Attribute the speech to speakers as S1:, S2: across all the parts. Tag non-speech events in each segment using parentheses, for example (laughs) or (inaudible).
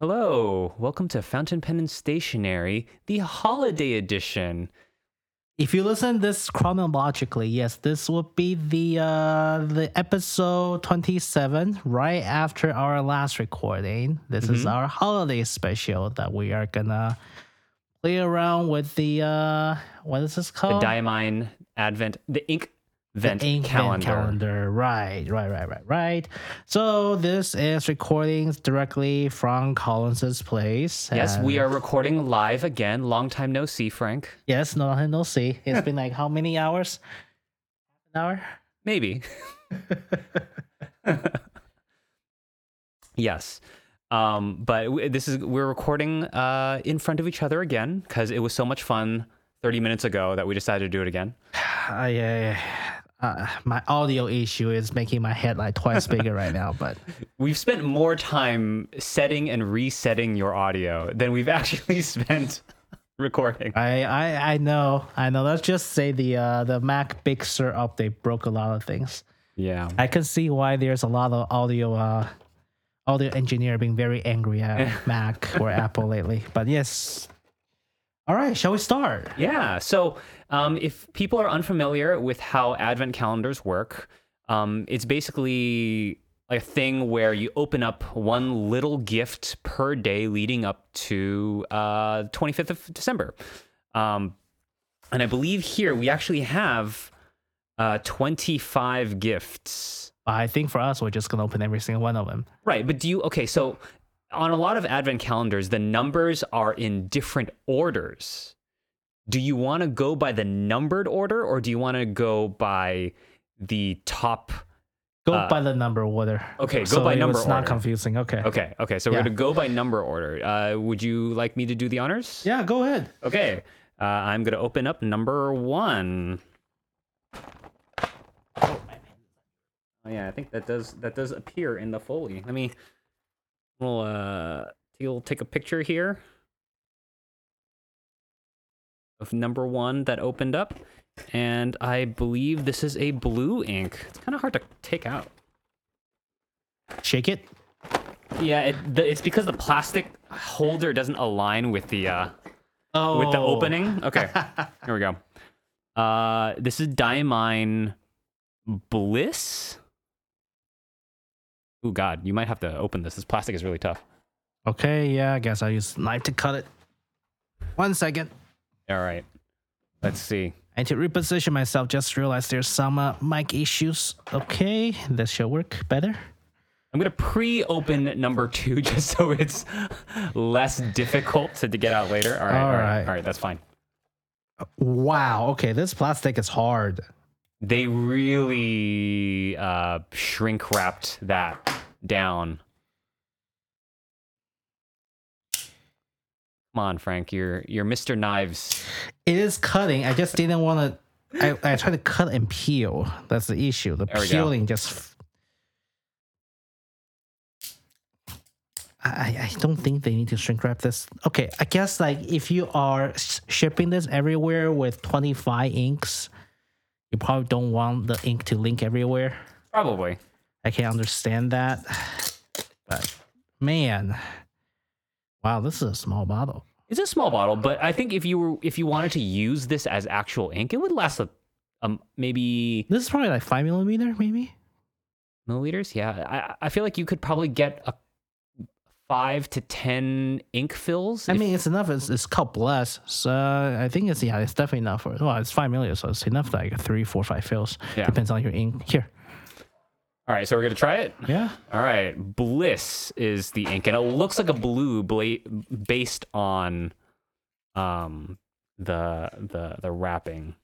S1: Hello, welcome to Fountain Pen and Stationery, the holiday edition.
S2: If you listen this chronologically, yes, this would be the uh, the episode twenty seven, right after our last recording. This is
S1: Mm-hmm.
S2: our holiday special that we are gonna play around with the uh, what is this
S1: The
S2: called?
S1: Diamine Advent, the Ink Vent
S2: The ink
S1: calendar.
S2: calendar. Right, right, right, right, right. So this is recordings directly from Collins's place.
S1: Yes,
S2: and-
S1: we are recording live again. Long time no see, Frank.
S2: Yes, no, no. See,
S1: (laughs)
S2: it's been like how many hours? An hour.
S1: Maybe. (laughs) yes. Um, but w- this is we're recording uh, in front of each other again because it was so much fun 30 minutes ago that we decided to do it again.
S2: I, uh, uh, my audio issue is making my head like twice bigger right now, but (laughs)
S1: We've spent more time setting and resetting your audio than we've (laughs) actually spent recording.
S2: I, I, I know, I know. Let's just say the uh, the Mac Big Sur update broke a lot of things.
S1: Yeah.
S2: I can see why there's a lot of audio uh, audio engineer being very
S1: (laughs)
S2: angry at Mac or Apple lately. But yes, all right, shall we start?
S1: Yeah. So, um, if people are unfamiliar with how advent calendars work, um, it's basically a thing where you open up one little gift per day leading up to uh, 25th of December. Um, and I believe here we actually have uh, 25 gifts.
S2: I think for us, we're just gonna open every single one of them.
S1: Right, but do you okay, so on a lot of advent calendars the numbers are in different orders. Do you want to go by the numbered order or do you want to go by the top
S2: Go
S1: Uh,
S2: by the number order.
S1: okay, go
S2: So
S1: by
S2: it
S1: number
S2: was not
S1: order.
S2: confusing. Okay.
S1: Okay, okay. So
S2: Yeah.
S1: we're going to go by number order. Uh would you like me to do the honors?
S2: Yeah, go ahead.
S1: Okay. Uh, I'm going to open up number 1. Oh yeah, I think that does that does appear in the Foley. Let me we'll uh you'll take a picture here of number one that opened up. And I believe this is a blue ink. It's kind of hard to take out.
S2: Shake it.
S1: Yeah, it, the, it's because the plastic holder doesn't align with the uh,
S2: Oh,
S1: with the opening. (laughs) Okay, here we go. Uh, this is Diamine Bliss. Oh God, you might have to open this. This plastic is really tough.
S2: (laughs) Okay, yeah, I guess I use knife to cut it. One second.
S1: All right, let's see.
S2: I need to reposition myself. Just realized there's some uh, mic issues. Okay, this should work better.
S1: I'm gonna pre-open number two (laughs) just so it's less difficult to, to get out later. All right, all
S2: All
S1: right, all right,
S2: right.
S1: that's fine.
S2: Wow. Okay, this plastic is hard.
S1: They really uh, shrink wrapped that down. Come on, Frank, you're you're Mr. Knives.
S2: It is cutting. I just didn't want to. I, I tried to cut and peel. That's the issue. The
S1: There we go.
S2: peeling just. f- I, I- I don't think they need to shrink wrap this. Okay, I guess like if you are s- shipping this everywhere with 25 inks, you probably don't want the ink to link everywhere.
S1: Probably.
S2: I can understand that. (sighs) But man, wow, this is a small bottle.
S1: It's a small bottle, but I think if you were if you wanted to use this as actual ink, it would last a um maybe
S2: This is probably like five millimeter, maybe.
S1: milliliters. Yeah, I I feel like you could probably get a five to ten ink fills.
S2: I
S1: if-
S2: mean, it's enough. It's, it's cup less. So I think it's, yeah, it's definitely enough for, well, it's five million. So it's enough like three, four, five fills.
S1: Yeah.
S2: Depends on your ink. Here.
S1: all right. So we're gonna try it.
S2: Yeah.
S1: All right, Bliss is the ink, and it looks like a blue bla- based on um the the the wrapping.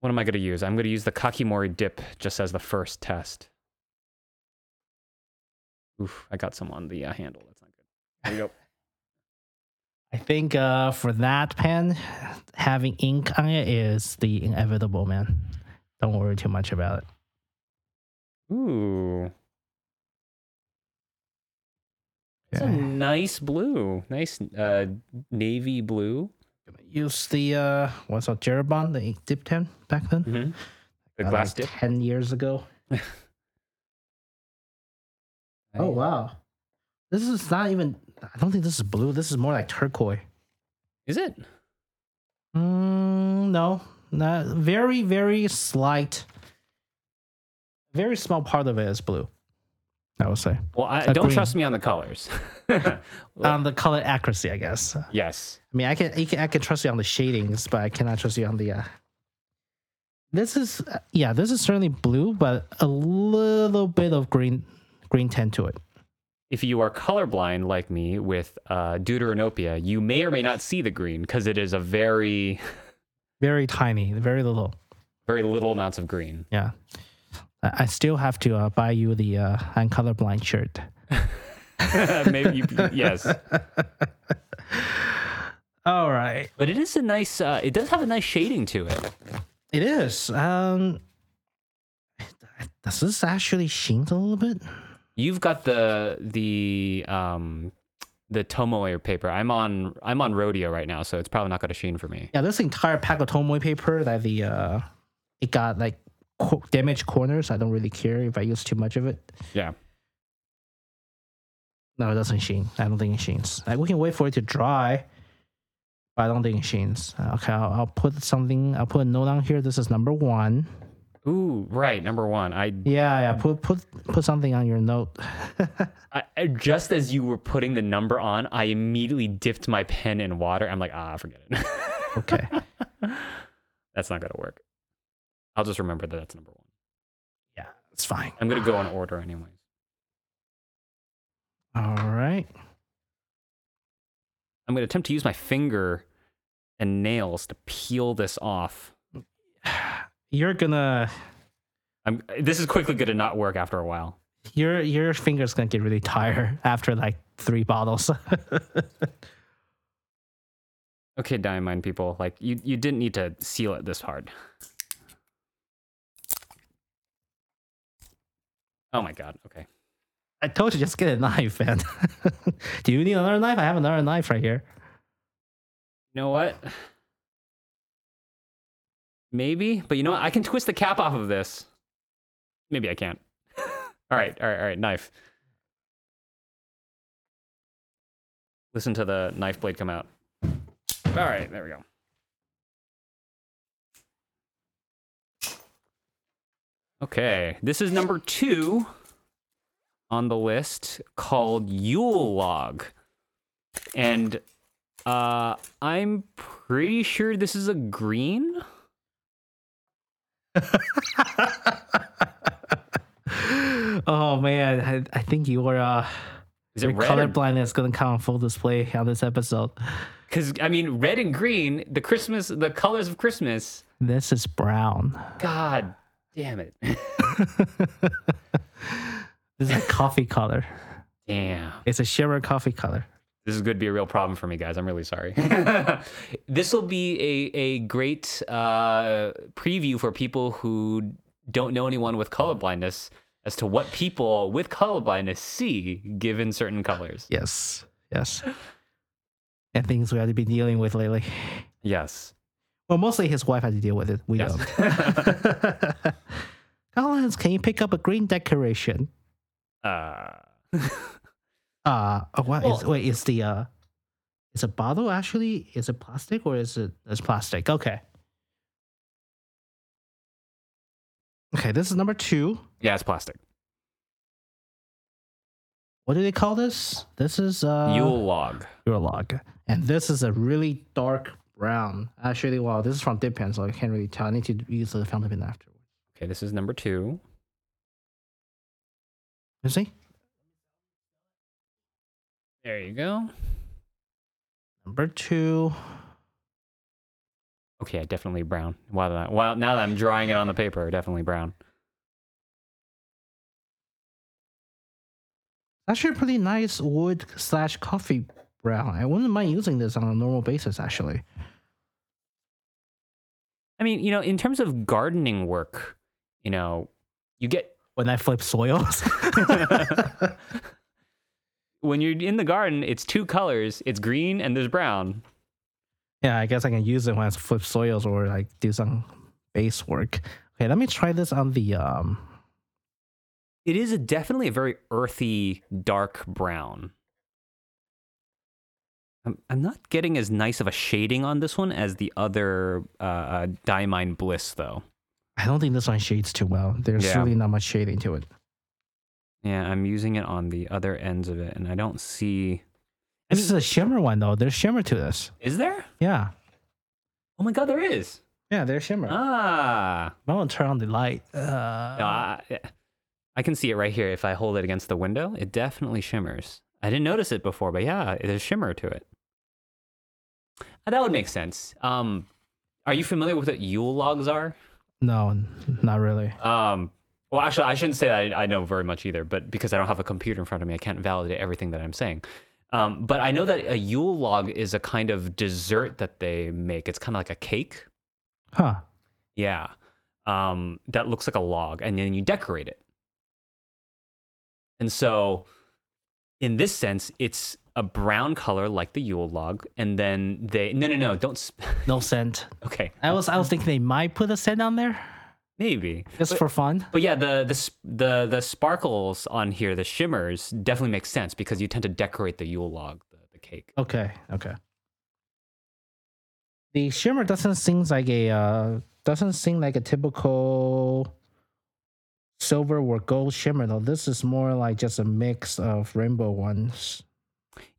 S1: What am I going to use? I'm going to use the Kakimori dip just as the first test. Oof, I got some on the uh, handle. That's not good. There you go.
S2: I think uh, for that pen, having ink on it is the inevitable, man. Don't worry too much about it.
S1: Ooh, it's a nice blue, nice uh, navy blue.
S2: Use the, uh, what's that, Jerobon, the ink dip pen back then?
S1: Mm-hmm. The
S2: Uh,
S1: glass dip.
S2: like 10 years ago.
S1: Nice.
S2: Oh, wow. This is not even. I don't think this is blue. This is more like turquoise.
S1: Is it?
S2: Mm, no, not very, very slight. Very small part of it is blue. I would say
S1: Well, I,
S2: A
S1: don't
S2: green.
S1: trust me on the colors. (laughs)
S2: on the color accuracy, I guess. I
S1: yes.
S2: mean, I can, I can I can trust you on the shadings, but I cannot trust you on the. Uh... This is uh, yeah, this is certainly blue, but a little bit of green green tint to it.
S1: If you are colorblind like me with uh, deuteranopia, you may or may not see the green because it is a very,
S2: Very tiny, very little.
S1: very little amounts of green. (laughs)
S2: Yeah. I I still have to uh, buy you the uh, I'm colorblind shirt.
S1: Maybe you, yes,
S2: All right.
S1: but it is a nice. Uh, it does have a nice shading to it.
S2: It is. Um, (sighs) does this actually shink a little bit?
S1: You've got the the um, the tomoe paper. I'm on I'm on rodeo right now, so it's probably not going to sheen for me.
S2: Yeah, this entire pack of Tomoe paper that the uh, it got like co- damaged corners. I don't really care if I use too much of it.
S1: Yeah.
S2: No, it doesn't sheen. I don't think it sheens. Like, we can wait for it to dry, but I don't think it sheens. Uh, Okay, I'll, I'll put something. I'll put a note on here. This is number one.
S1: Ooh, right. Number one. I
S2: Yeah, yeah. Put put put something on your note. (laughs)
S1: I, I- just as you were putting the number on, I immediately dipped my pen in water. I'm like, ah, forget it. (laughs)
S2: Okay.
S1: that's not gonna work. I'll just remember that that's number one.
S2: yeah, it's fine.
S1: I'm gonna go in order anyways.
S2: All right.
S1: I'm gonna attempt to use my finger and nails to peel this off.
S2: You're gonna
S1: I'm, this is quickly gonna not work after a while.
S2: your your fingers gonna get really tired after like three bottles. (laughs)
S1: Okay, diamond people, like you, you didn't need to seal it this hard. Oh my god. Okay.
S2: I told you just get a knife, man. (laughs) Do you need another knife? I have another knife right here. (laughs)
S1: You know what? Maybe, but you know what? I can twist the cap off of this. Maybe I can't. all right, all right, all right. Knife. Listen to the knife blade come out. All right, there we go. Okay, this is number two on the list called Yule Log. And uh, I'm pretty sure this is a green.
S2: oh man, I, I think your uh,
S1: Is it
S2: your
S1: red?
S2: colorblindness is gonna come on full display on this episode.
S1: Because I mean, red and green, the Christmas, the colors of Christmas.
S2: This is brown. (laughs)
S1: God damn it! (laughs)
S2: This is a coffee color.
S1: Damn,
S2: It's a shimmer coffee color.
S1: this is going to be a real problem for me, guys. I'm really sorry. (laughs) this will be a a great uh, preview for people who don't know anyone with colorblindness as to what people with colorblindness see given certain colors.
S2: Yes, yes. And things we have to be dealing with lately.
S1: Yes.
S2: Well, mostly his wife had to deal with it. We
S1: Yes. (laughs)
S2: don't. Collins, can you pick up a green decoration?
S1: Uh, (laughs)
S2: Uh, oh, what is-
S1: Well-
S2: wait, is the uh, is a bottle actually is it plastic or is it is plastic? Okay. Okay, this is number two.
S1: yeah, it's plastic.
S2: What do they call this? This is uh,
S1: Yule log.
S2: your log, and this is a really dark brown. Actually, wow, this is from dip pen, so I can't really tell. I need to use the fountain pen afterwards.
S1: Okay, this is number two.
S2: You see,
S1: There you go.
S2: number two.
S1: Okay, yeah, definitely brown. Wow, that, wow, now that I'm drawing it on the paper, definitely brown.
S2: Actually, a pretty nice wood slash coffee brown. I wouldn't mind using this on a normal basis. Actually,
S1: I mean, you know, in terms of gardening work, you know, you get
S2: when I flip soils.
S1: when you're in the garden, it's two colors, it's green and there's brown.
S2: (laughs) Yeah, I guess I can use it when I flip soils or like do some base work. Okay, let me try this on the um.
S1: It is a, definitely a very earthy, dark brown. I'm, I'm not getting as nice of a shading on this one as the other uh, uh, Diamine Bliss, though.
S2: I don't think this one shades too well. There's
S1: Yeah.
S2: really not much shading to it.
S1: Yeah, I'm using it on the other ends of it, and I don't see. I
S2: This
S1: mean-
S2: is a shimmer one though. There's shimmer to this.
S1: Is there?
S2: Yeah.
S1: Oh my God, there is.
S2: Yeah, there's shimmer.
S1: Ah,
S2: I'm gonna turn on the light. Uh,
S1: No, I, I can see it right here. If I hold it against the window, it definitely shimmers. I didn't notice it before, but yeah, there's shimmer to it. Uh, That would make sense. Um, are you familiar with what Yule logs are?
S2: no, n- not really.
S1: Um, well, actually, I shouldn't say that I, I know very much either, but because I don't have a computer in front of me, I can't validate everything that I'm saying. Um, but I know that a Yule log is a kind of dessert that they make. It's kind of like a cake.
S2: Huh.
S1: Yeah. Um, that looks like a log, and then you decorate it. And so, in this sense, it's a brown color like the Yule log, and then they no no no don't sp- (laughs)
S2: No scent.
S1: okay
S2: I was I was thinking they might put a scent on there
S1: maybe
S2: just
S1: But-
S2: for fun.
S1: But yeah, the the s- the the sparkles on here, the shimmers, definitely make sense because you tend to decorate the Yule log, the, the cake.
S2: Okay. Okay. The shimmer doesn't seem like a uh, doesn't seem like a typical silver or gold shimmer though. This is more like just a mix of rainbow ones.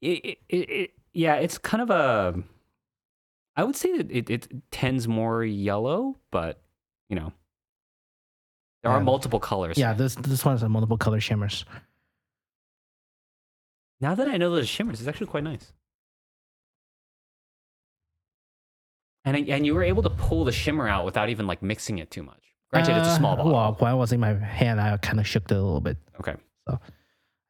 S1: It, it, it, it- yeah, it's kind of a. I would say that it, it tends more yellow, but you know, there are
S2: Yeah.
S1: multiple colors.
S2: Yeah, this this one has multiple color shimmers.
S1: Now that I know those shimmers, it's actually quite nice. And I- and you were able to pull the shimmer out without even like mixing it too much. Granted, it's a
S2: Uh,
S1: small bottle.
S2: Well, when I was in my hand, I kind of shook it a little bit.
S1: Okay.
S2: I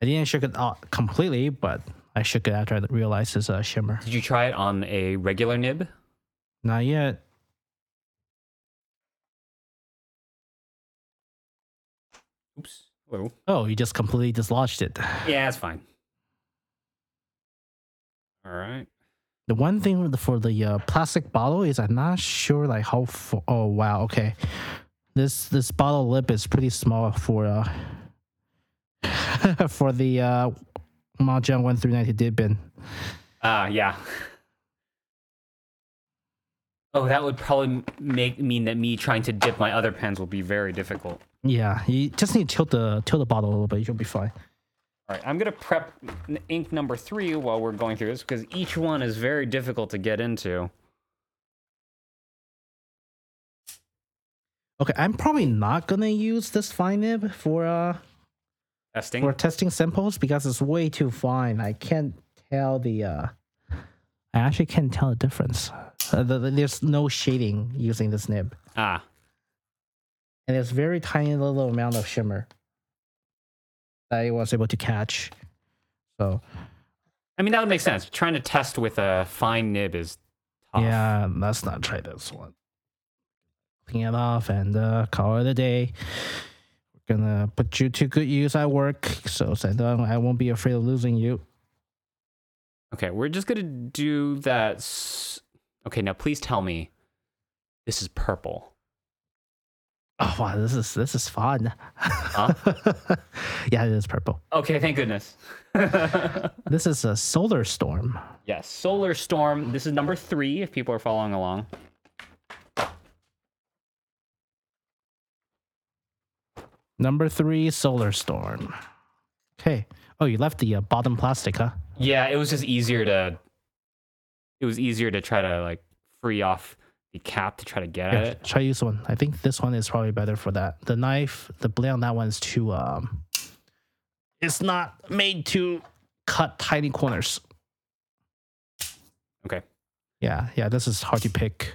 S2: didn't shook it out completely, but I shook it after I realized it's a shimmer.
S1: Did you try it on a regular nib?
S2: Not yet.
S1: Oops. Hello.
S2: Oh, you just completely dislodged it.
S1: Yeah, that's fine. All right.
S2: The one thing with- for the uh, plastic bottle is I'm not sure like how. Fu- oh wow, okay. This this bottle lip is pretty small for uh (laughs) for the uh Mahjong one through ninety did bin.
S1: Ah, yeah. Oh, that would probably make mean that me trying to dip my other pens will be very difficult.
S2: Yeah, you just need to tilt the tilt the bottle a little bit. You'll be fine.
S1: All right, I'm gonna prep n- ink number three while we're going through this because each one is very difficult to get into.
S2: Okay, I'm probably not gonna use this fine nib for uh
S1: Testing.
S2: for testing samples because it's way too fine. I can't tell the. uh I actually can't tell the difference. Uh, the, the- there's no shading using this nib,
S1: Ah,
S2: and there's very tiny little amount of shimmer that I was able to catch. So
S1: I mean that would make sense. Trying to test with a fine nib is tough.
S2: yeah, let's not try this one. Clean it off and uh, call it a day. We're gonna put you to good use at work, so so I don't- I won't be afraid of losing you.
S1: Okay, we're just gonna do that. S- okay, now please tell me this is purple.
S2: Oh wow, this is this is fun. (laughs) yeah, it is purple.
S1: Okay, thank goodness. (laughs)
S2: This is a solar storm.
S1: yes, solar storm. This is number three. If people are following along.
S2: Number three, solar storm. Okay. Oh, you left the uh, bottom plastic, huh?
S1: Yeah, it was just easier to. It was easier to try to like free off the cap to try to get at
S2: Yeah,
S1: it.
S2: try use one. I think this one is probably better for that. The knife, the blade on that one is too. Um, it's not made to cut tiny corners.
S1: Okay.
S2: Yeah, yeah. This is hard to pick.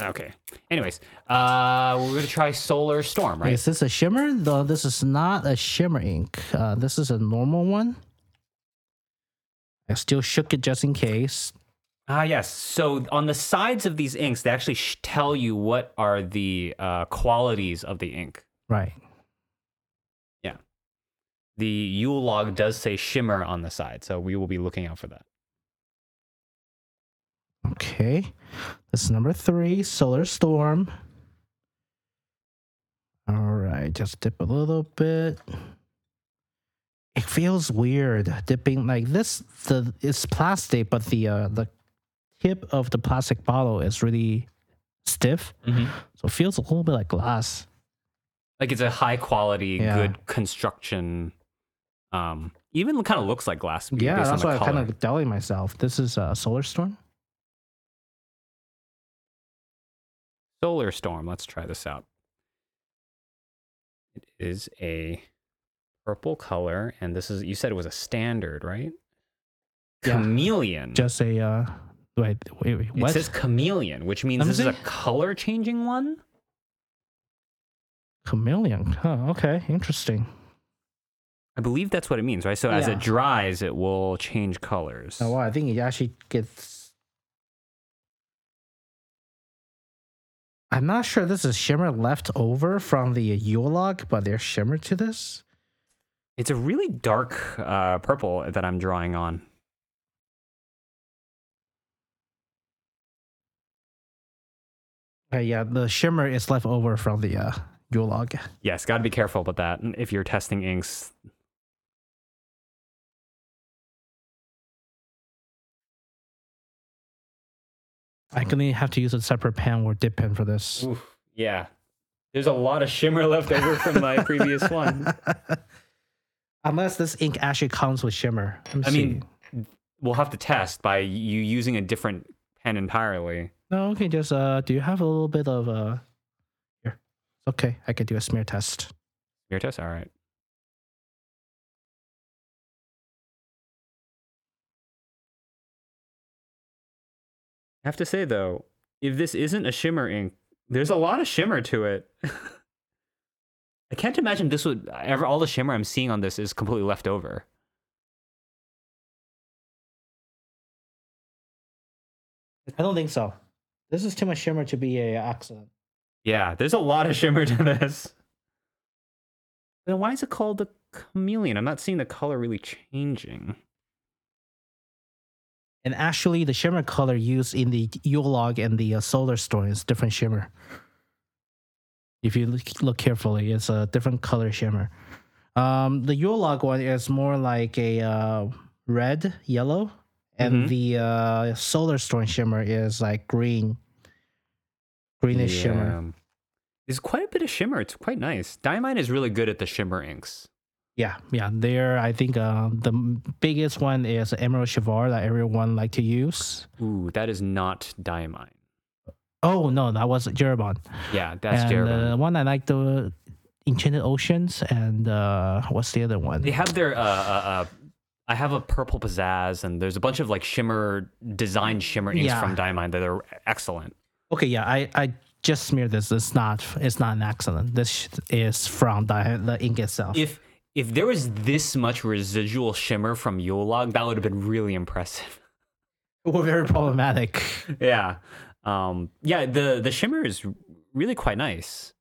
S1: Okay. Anyways, uh, we're gonna try Solar Storm, right?
S2: Is this a shimmer? Though this is not a shimmer ink. Uh, this is a normal one. I still shook it just in case.
S1: Ah, yes. So on the sides of these inks, they actually sh- tell you what are the uh, qualities of the ink.
S2: Right.
S1: The Yule log does say shimmer on the side, so we will be looking out for that.
S2: Okay. This is number three, Solar Storm. All right, just dip a little bit. it feels weird dipping like this the it's plastic but the uh the tip of the plastic bottle is really stiff
S1: Mhm.
S2: so it feels a little bit like glass
S1: Like it's a high quality,
S2: Yeah.
S1: good construction. Um, even kind of looks like glass.
S2: yeah
S1: based
S2: that's
S1: on
S2: what
S1: the
S2: i'm kind
S1: color.
S2: of telling myself this is a solar storm
S1: Solar Storm. Let's try this out. It is a purple color, and this is you said it was a standard, right?
S2: Yeah.
S1: Chameleon.
S2: just a uh wait wait, wait
S1: it
S2: what
S1: says chameleon, which means
S2: Let me
S1: this is a
S2: see.
S1: color changing one.
S2: chameleon huh okay interesting
S1: I believe that's what it means, right? So as
S2: Yeah.
S1: it dries, it will change colors.
S2: oh wow i think it actually gets i'm not sure this is shimmer left over from the yolog but there's shimmer to this
S1: It's a really dark uh, purple that I'm drawing on.
S2: Uh, yeah, the shimmer is left over from the uh, Yule log.
S1: Yes, got to be careful about that if you're testing inks.
S2: I'm gonna have to use a separate pen or dip pen for this.
S1: yeah. There's a lot of shimmer left over from (laughs) my previous one.
S2: (laughs) Unless this ink actually comes with shimmer. Let me
S1: I
S2: see.
S1: mean, we'll have to test by you using a different pen entirely.
S2: no, okay, just uh, do you have a little bit of uh, here? Okay, I can do a smear test.
S1: Your test, all right. I have to say though, if this isn't a shimmer ink, there's a lot of shimmer to it. (laughs) I can't imagine this would ever all the shimmer I'm seeing on this is completely left over.
S2: I don't think so. This is too much shimmer to be a accident.
S1: Yeah, there's a lot of shimmer to this. Then why is it called the chameleon? I'm not seeing the color really changing.
S2: And actually, the shimmer color used in the Yule log and the uh, solar storm is different shimmer. If you look, look carefully, it's a different color shimmer. Um, the Yule log one is more like a uh, red, yellow, and
S1: Mhm.
S2: the uh, solar storm shimmer is like green, greenish shimmer.
S1: Yeah. There's quite a bit of shimmer. It's quite nice. Diamine is really good at the shimmer inks.
S2: Yeah, yeah. There, I think uh, the m- biggest one is Emerald Chivar that everyone like to use.
S1: Ooh, that is not Diamine.
S2: Oh no, that was Jereban.
S1: Yeah, that's
S2: and
S1: Jerobon.
S2: uh, one I like the Enchanted Oceans and uh, what's the other one?
S1: they have their. Uh, uh, uh, I have a purple pizzazz, and there's a bunch of like shimmer design shimmer inks
S2: Yeah.
S1: from Diamine that are excellent.
S2: Okay, yeah, I, I just smeared this. It's not it's not an accident. This sh- is from the, the ink itself.
S1: If if there was this much residual shimmer from Yule Log, that would have been really impressive.
S2: (laughs) We're very problematic.
S1: yeah, um, yeah. The the shimmer is really quite nice.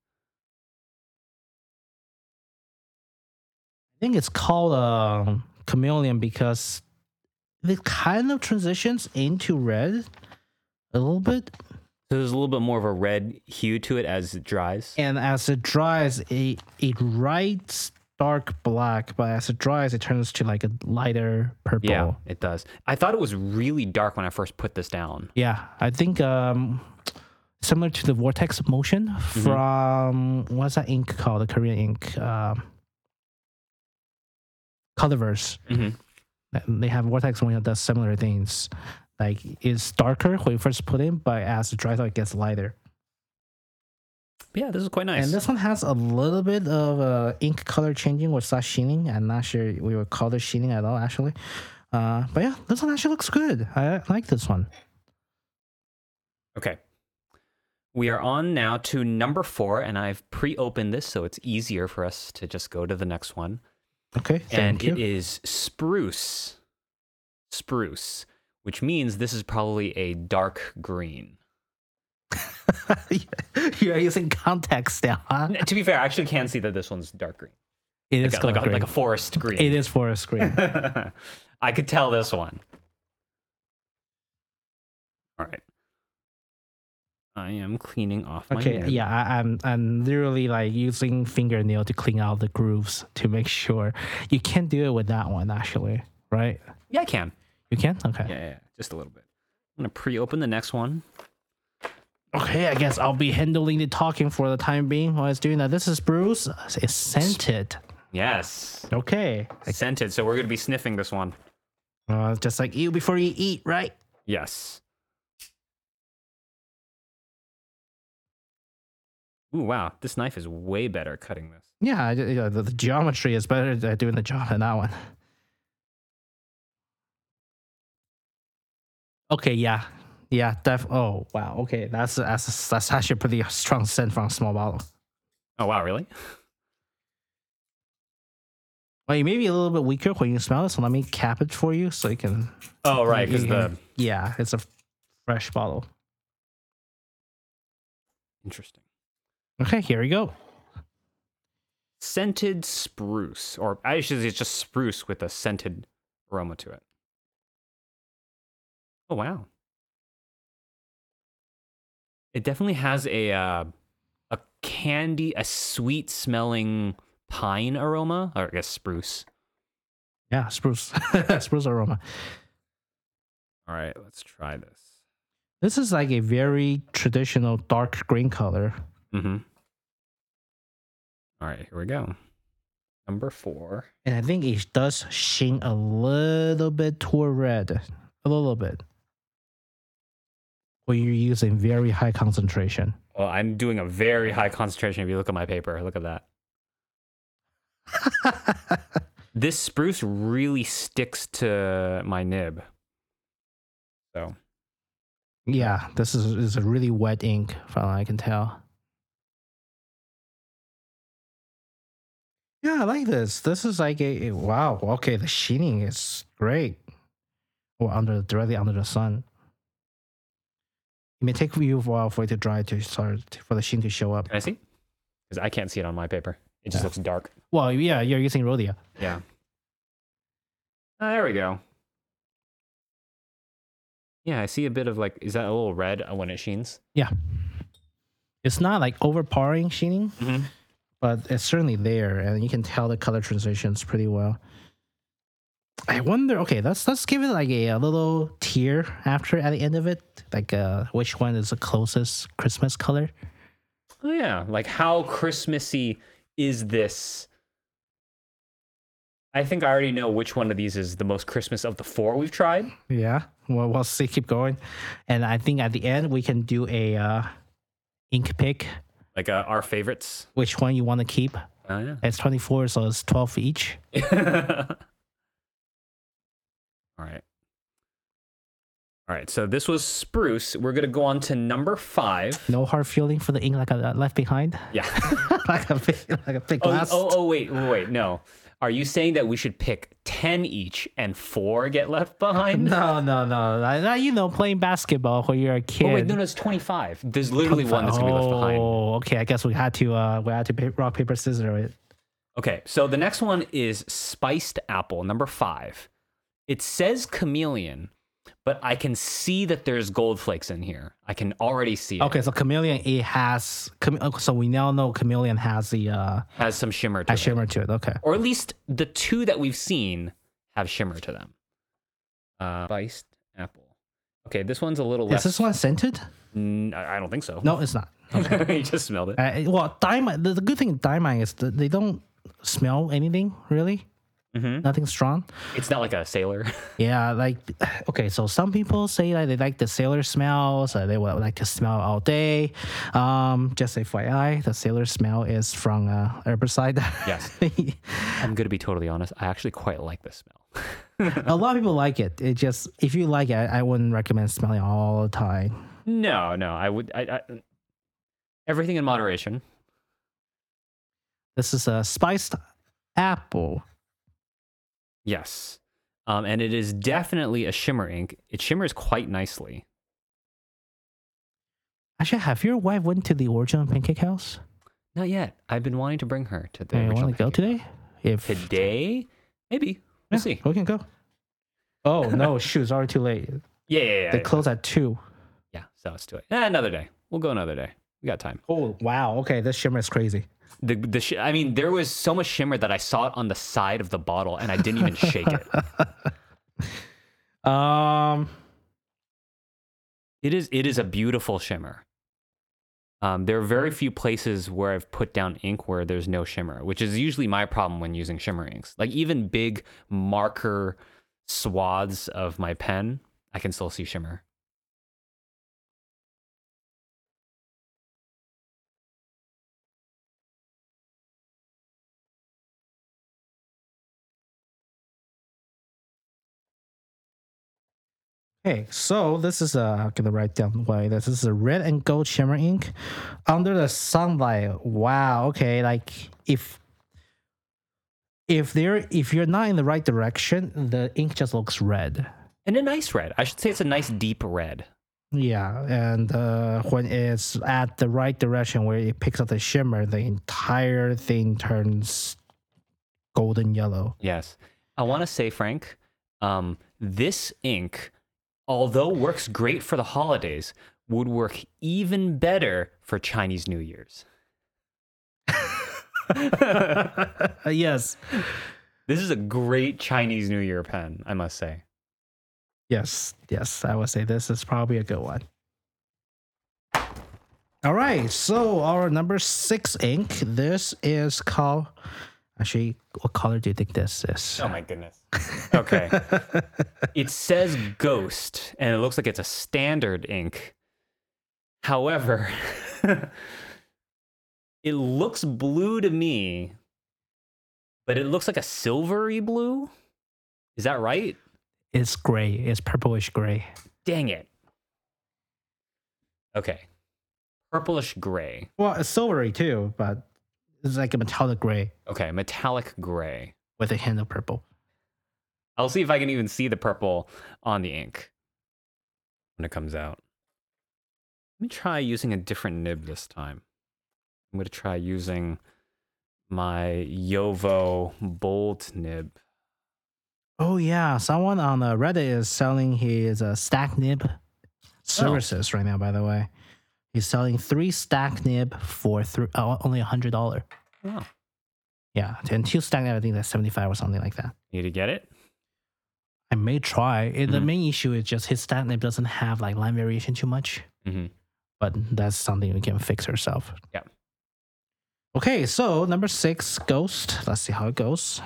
S2: I think it's called um chameleon because it kind of transitions into red a little bit,
S1: So there's a little bit more of a red hue to it as it dries.
S2: and as it dries, it it writes dark black, but as it dries, it turns to like a lighter purple.
S1: Yeah, it does. I thought it was really dark when I first put this down.
S2: Yeah, I think um, similar to the vortex motion
S1: Mm-hmm.
S2: from what's that ink called? The Korean ink, um, Colorverse.
S1: Mhm.
S2: Uh, They have vortex motion that does similar things. Like it's darker when you first put in, but as it dries out, it gets lighter.
S1: But yeah, this is quite nice.
S2: And this one has a little bit of uh, ink color changing or slash sheening. I'm not sure we would call this sheening at all, actually. Uh, but yeah, this one actually looks good. I like this one.
S1: okay. We are on now to number four, and I've pre opened this so it's easier for us to just go to the next one.
S2: Okay,
S1: and
S2: thank you.
S1: it is spruce. Spruce, which means this is probably a dark
S2: (laughs)
S1: green.
S2: you are using context now, huh?
S1: to be fair, I actually can see that this one's dark green.
S2: It
S1: Like,
S2: is
S1: a, like, a,
S2: color
S1: like a
S2: green.
S1: forest green.
S2: It is for
S1: (laughs)
S2: a screen.
S1: I could tell this one. All right. I am cleaning off my
S2: Okay,
S1: nail.
S2: yeah, I, I'm I'm literally like using fingernail to clean out the grooves to make sure you can't do it with that one actually, right?
S1: Yeah, I can.
S2: You can? Okay.
S1: Yeah, yeah, yeah, just a little bit. I'm gonna pre-open the next one.
S2: Okay, I guess I'll be handling the talking for the time being while it's doing that. This is Bruce. It's scented.
S1: Yes,
S2: Okay.
S1: scented. So we're gonna be sniffing this one.
S2: Uh, just like you before you eat, right?
S1: Yes. Ooh, wow! This knife is way better cutting this.
S2: Yeah, I- yeah the, the geometry is better at doing the job than that one. Okay, yeah. Yeah, def. Oh, wow. Okay, that's that's that's actually a pretty strong scent from a small bottle.
S1: Oh wow, really?
S2: Well, it may be a little bit weaker when you smell it, so let me cap it for you so you can.
S1: Oh right, because
S2: Yeah.
S1: the
S2: Yeah, it's a fresh bottle.
S1: interesting
S2: Okay, here we go.
S1: scented spruce, or I should say it's just spruce with a scented aroma to it. Oh wow! It definitely has a uh, a candy, a sweet smelling pine aroma, or I guess spruce.
S2: Yeah, spruce, (laughs) spruce aroma.
S1: All right, let's try this.
S2: This is like a very traditional dark green color.
S1: Mm-hmm. All right, here we go. Number four.
S2: And I think it does sheen a little bit toward red. A little bit. When you're using very high concentration.
S1: Oh, I'm doing a very high concentration. If you look at my paper, look at that. this spruce really sticks to my nib. So
S2: yeah, this is, is a really wet ink from what I can tell. Yeah, I like this. This is like a, a- wow. Okay, the sheening is great. Or under directly under the sun. It may take you a while for it to dry to start for the sheen to show up.
S1: can I see? Because I can't see it on my paper. It just
S2: Yeah.
S1: looks dark.
S2: Well, yeah, you're using Rhodia.
S1: Yeah. Ah, there we go. Yeah, I see a bit of like, is that a little red uh, when it sheens?
S2: Yeah. It's not like overpowering sheening,
S1: Mm-hmm.
S2: but it's certainly there, and you can tell the color transitions pretty well. I wonder. Okay, let's let's give it like a, a little tier after at the end of it, like uh, which one is the closest Christmas color?
S1: Oh yeah, like how Christmassy is this? I think I already know which one of these is the most Christmas of the four we've tried.
S2: Yeah. Well, we'll see. Keep going, and I think at the end we can do a uh, ink pick.
S1: Like uh, our favorites.
S2: Which one you want to keep?
S1: Oh
S2: It's twenty four, so it's twelve each.
S1: (laughs) yeah. All right. All right. So this was spruce. We're gonna go on to number five.
S2: No hard feeling for the ink like a left behind, (laughs)
S1: Yeah.
S2: like a big, like a big
S1: Oh,
S2: glass.
S1: oh, oh, wait, wait, wait, no. Are you saying that we should pick ten each and four get left behind? (laughs)
S2: (laughs) No, no, no. Like, like, you know, playing basketball when you're a kid.
S1: Oh wait, no, no, it's twenty-five. There's literally one that's gonna be left behind.
S2: Oh, okay. I guess we had to uh, we had to pa- rock paper scissors it.
S1: Okay, so the next one is spiced apple, number five. It says chameleon, but I can see that there's gold flakes in here. I can already see it.
S2: Okay, so chameleon it has. Chame- oh, so we now know chameleon has the uh,
S1: Has some shimmer to
S2: has
S1: it.
S2: shimmer to it. Okay.
S1: Or at least the two that we've seen have shimmer to them. Uh, spiced apple. Okay, this one's a little
S2: Is
S1: less.
S2: this one scented?
S1: Mm, I I don't think so.
S2: No, it's not.
S1: (laughs) you just smelled it.
S2: Uh, well, diamond. The, the good thing with diamond is that they don't smell anything really.
S1: Mhm.
S2: Nothing strong.
S1: It's not like a sailor. (laughs)
S2: Yeah, like (sighs) okay, so some people say that they like the sailor smell, so they would like to smell all day. Um, just FYI, the sailor smell is from uh, herbicide.
S1: yes. I'm going to be totally honest. I actually quite like this smell.
S2: (laughs) a lot of people like it. It just if you like it, I wouldn't recommend smelling all the time.
S1: No, no. I would. I, I, everything in moderation.
S2: This is a spiced apple.
S1: Yes. Um, and it is definitely a shimmer ink. It shimmers quite nicely.
S2: Actually, have your wife went to the original pancake house?
S1: Not yet. I've been wanting to bring her to the.
S2: Do you want
S1: original
S2: to go
S1: pancake.
S2: today? If
S1: Today, maybe
S2: yeah,
S1: we'll see.
S2: we can go. Oh no, shoot! It's already too late.
S1: Yeah, yeah, yeah.
S2: They
S1: yeah.
S2: close at two.
S1: yeah so it's too late. Eh, another day. We'll go another day. We got time.
S2: Oh wow. Okay, this shimmer is crazy.
S1: The the sh- I mean, there was so much shimmer that I saw it on the side of the bottle, and I didn't even shake it.
S2: Um.
S1: It is it is a beautiful shimmer. Um, there are very few places where I've put down ink where there's no shimmer, which is usually my problem when using shimmer inks. Like even big marker swaths of my pen, I can still see shimmer.
S2: Okay, so this is a I'm gonna write down why this is a red and gold shimmer ink under the sunlight. Wow. Okay, like if if there if you're not in the right direction, the ink just looks red.
S1: And a nice red. I should say it's a nice deep red.
S2: Yeah, and uh, when it's at the right direction where it picks up the shimmer, the entire thing turns golden yellow. (laughs)
S1: Yes. I want to say, Frank, um, this ink, although works great for the holidays, would work even better for Chinese New (laughs) Year's.
S2: yes,
S1: This is a great Chinese New Year pen, I must say.
S2: yes, yes. I would say this is probably a good one. All right, so our number six ink. This is called. Actually, what color do you think this is?
S1: Oh my goodness. Okay. it says ghost and it looks like it's a standard ink. However, (laughs) it looks blue to me, but it looks like a silvery blue. Is that right?
S2: (laughs) It's gray. It's purplish gray.
S1: Dang it. Okay. Purplish gray.
S2: Well, it's silvery too, but it's like a metallic gray
S1: Okay, metallic gray.
S2: with a hint of purple.
S1: I'll see if I can even see the purple on the ink when it comes out. Let me try using a different nib this time. I'm going to try using my Yovo Bolt nib.
S2: Oh yeah, someone on uh, Reddit is selling his uh, stack nib services right now. By the way, he's selling three stack nib for thr- uh, only a hundred dollar. Oh.
S1: Wow.
S2: Yeah, and two stack nib I think that's seventy five or something like that.
S1: Need to get it?
S2: I may try. It- The
S1: Mhm.
S2: main issue is just his stack nib doesn't have like line variation too much,
S1: Mhm.
S2: but that's something we can fix ourselves.
S1: Yeah.
S2: Okay, so number six, ghost. Let's see how it goes.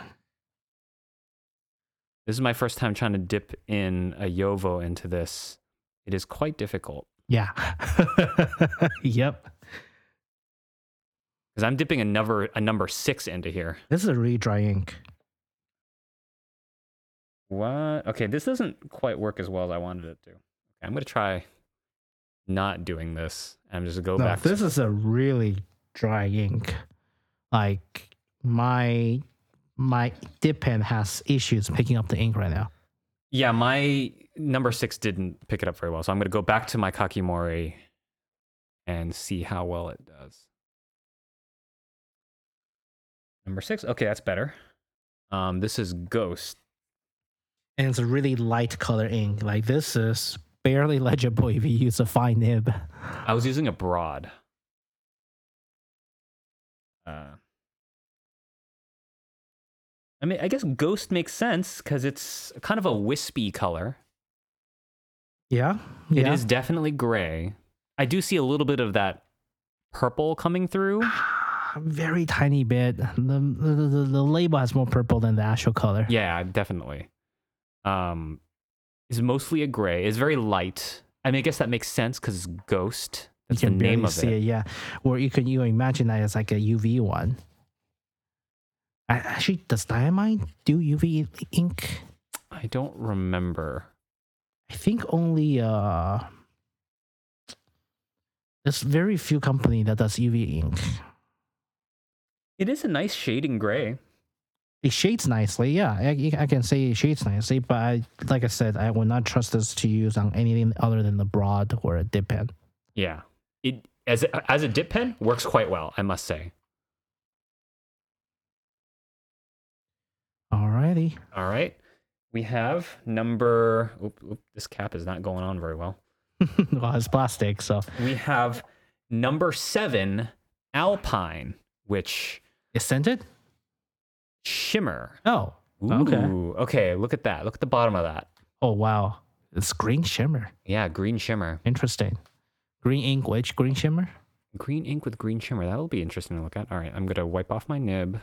S1: This is my first time trying to dip in a Yovo into this. It is quite difficult
S2: Yeah. (laughs) yep.
S1: because I'm dipping a number, a number six into here.
S2: This is a really dry ink.
S1: What? Okay, this doesn't quite work as well as I wanted it to. Okay, I'm gonna try not doing this. I'm just go
S2: no,
S1: back.
S2: this is a really dry ink. Like my my dip pen has issues picking up the ink right now.
S1: yeah, my number six didn't pick it up very well, so I'm gonna go back to my kakimori and see how well it does. Number six. Okay, that's better. Um, this is ghost.
S2: And it's a really light color ink. Like this is barely legible if you use a fine nib.
S1: I was using a broad. Uh, I mean, I guess ghost makes sense because it's kind of a wispy color.
S2: Yeah.
S1: It
S2: yeah.
S1: is definitely gray. I do see a little bit of that purple coming through.
S2: A (sighs) very tiny bit. The, the, the, the label has more purple than the actual color.
S1: Yeah, definitely. Um, it's mostly a gray. It's very light. I mean, I guess that makes sense because it's ghost.
S2: You
S1: That's the
S2: can barely
S1: name of
S2: see
S1: it.
S2: Yeah, or you can you imagine that it's like a UV one. I, actually, does diamine do UV ink?
S1: I don't remember.
S2: I think only uh there's very few company that does UV ink.
S1: It is a nice shading gray.
S2: It shades nicely, yeah. I, I can say it shades nicely, but I, like I said, I would not trust this to use on anything other than the broad or a dip pen.
S1: Yeah. It as a, as a dip pen works quite well, I must say.
S2: Alrighty, (laughs)
S1: All right. We have number oop, oop, this cap is not going on very well.
S2: well it's plastic, so
S1: We have number seven, Alpine, which
S2: It's scented?
S1: shimmer.
S2: Oh.
S1: Ooh,
S2: Okay.
S1: okay, look at that. Look at the bottom of that.
S2: Oh wow. It's green shimmer.
S1: Yeah, green shimmer.
S2: Interesting. Green ink which green shimmer?
S1: Green ink with green shimmer. That'll be interesting to look at. All right, I'm gonna wipe off my nib.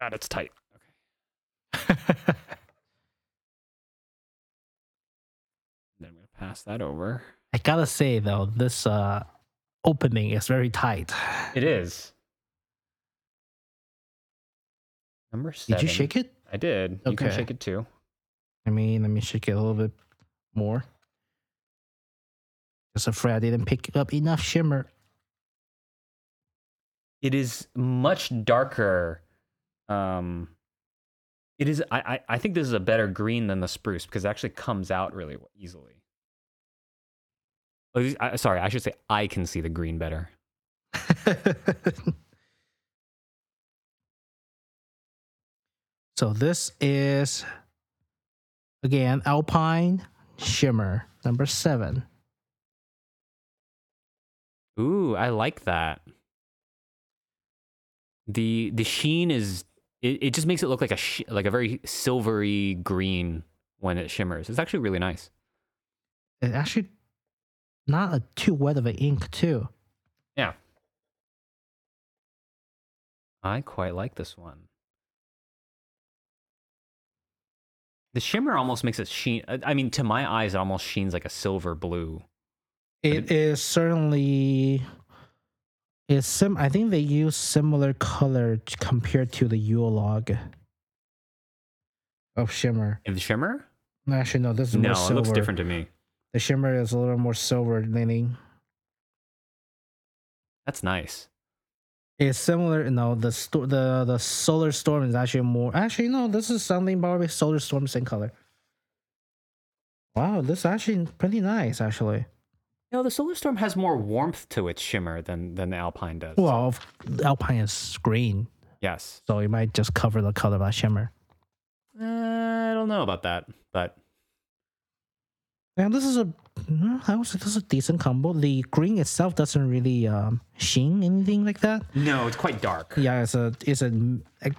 S1: God, it's tight. Okay. (laughs) Then I'm gonna pass that over.
S2: I gotta say though, this uh opening is very tight.
S1: It is. Number seven.
S2: Did you shake it?
S1: I did. You can
S2: Okay.
S1: shake it too.
S2: I mean, let me shake it a little bit more. Just afraid I didn't pick up enough shimmer.
S1: It is much darker. Um, it is. I, I I think this is a better green than the spruce because it actually comes out really w- easily. Oh, these- I, sorry, I should say I can see the green better.
S2: (laughs) so this is again Alpine Shimmer number seven.
S1: Ooh, I like that. the The sheen is it, it just makes it look like a sh- like a very silvery green when it shimmers. It's actually really nice.
S2: It actually not a too wet of an ink too.
S1: I quite like this one. The shimmer almost makes it sheen. uh, I I mean, to my eyes, it almost sheens like a silver blue.
S2: It is certainly is sim. I think they use similar color t- compared to the Yule log of Shimmer.
S1: And the shimmer?
S2: No, Actually, no, this is
S1: No,
S2: more silver.
S1: it looks different to me.
S2: The Shimmer is a little more silver leaning.
S1: That's nice.
S2: It's similar. No, the sto- the the solar storm is actually more. Actually, no, this is something Barbie solar storm same color. Wow, this is actually pretty nice. Actually,
S1: No, the solar storm has more warmth to its shimmer than than the alpine does.
S2: well, if Alpine is green,
S1: yes.
S2: so it might just cover the color of that shimmer.
S1: Uh, I don't know about that, but
S2: Now this is a, mm, I would say this is a decent combo. The green itself doesn't really um, sheen anything like that.
S1: no, it's quite dark.
S2: Yeah, it's a it's a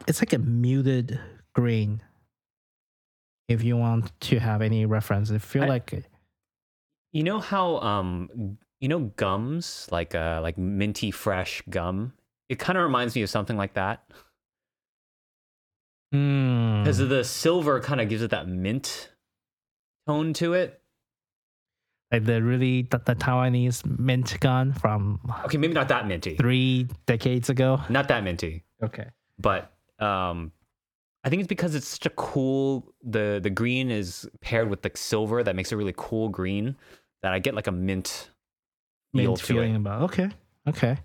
S2: it's like a muted green. If you want to have any reference, I feel
S1: I-
S2: like
S1: You know how um you know gums like uh like minty fresh gum. It kind of reminds me of something like that.
S2: mm,
S1: because the silver kind of gives it that mint tone to it.
S2: like the really the, the Taiwanese mint gun from
S1: Okay, maybe not that minty,
S2: three decades ago.
S1: not that minty,
S2: Okay.
S1: but um, I think it's because it's such a cool the the green is paired with the silver that makes a really cool green that I get like a mint feel
S2: Mint
S1: to
S2: feeling
S1: it.
S2: about okay. Okay.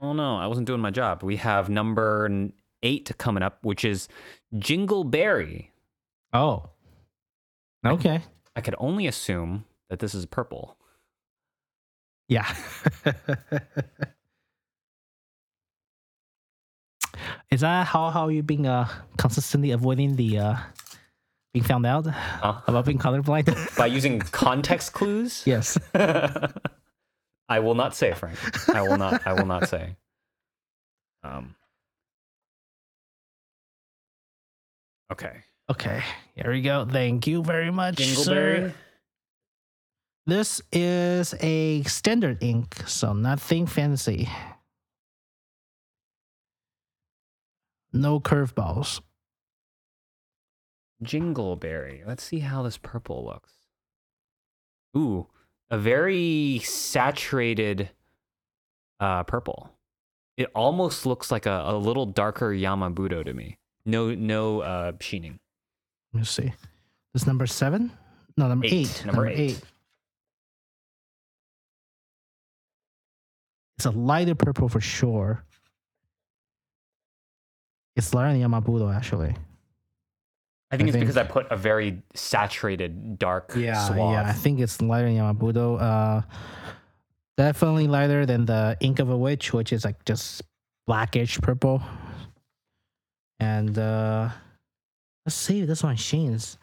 S1: Oh no, I wasn't doing my job. We have number n- eight coming up, which is Jingleberry.
S2: Oh. Okay.
S1: I could only assume that this is purple.
S2: Yeah. Is that how how you've been uh, consistently avoiding the uh, being found out
S1: Huh?
S2: (laughs) about being
S1: (laughs)
S2: colorblind?
S1: By using context clues?
S2: yes.
S1: (laughs) I will not say, Frank. I will not. I will not say. Um. Okay.
S2: Okay. Here we go. Thank you very much. sir. This is a standard ink, so nothing fancy. No curveballs.
S1: Jingleberry. Let's see how this purple looks. Ooh, a very saturated uh, purple. It almost looks like a, a little darker Yamabuto to me. No, no uh, sheening.
S2: Let me see. This number seven? No, number
S1: Eight.
S2: eight.
S1: Number eight.
S2: It's a lighter purple for sure. It's lighter than Yamabudo, actually.
S1: I think
S2: I
S1: it's because I
S2: think-
S1: put a very saturated dark
S2: yeah. I
S1: swath.
S2: think it's lighter than Yamabudo. Uh, definitely lighter than the Ink of a Witch, which is like just blackish purple. And uh, let's see if this one shines.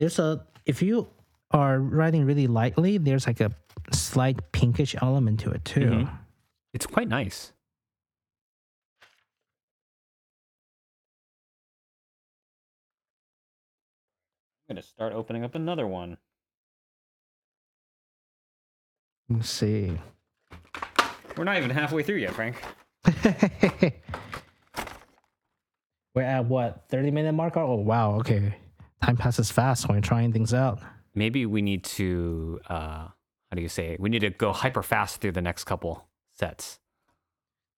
S2: There's a if you are writing really lightly, there's like a slight pinkish element to it too.
S1: Mhm. It's quite nice. I'm gonna start opening up another one.
S2: Let's see. (laughs)
S1: We're not even halfway through yet, Frank.
S2: We're at what, 30 minute mark? Oh, wow. Okay. Time passes fast when you're trying things out.
S1: Maybe we need to uh how do you say it? We need to go hyper fast through the next couple sets.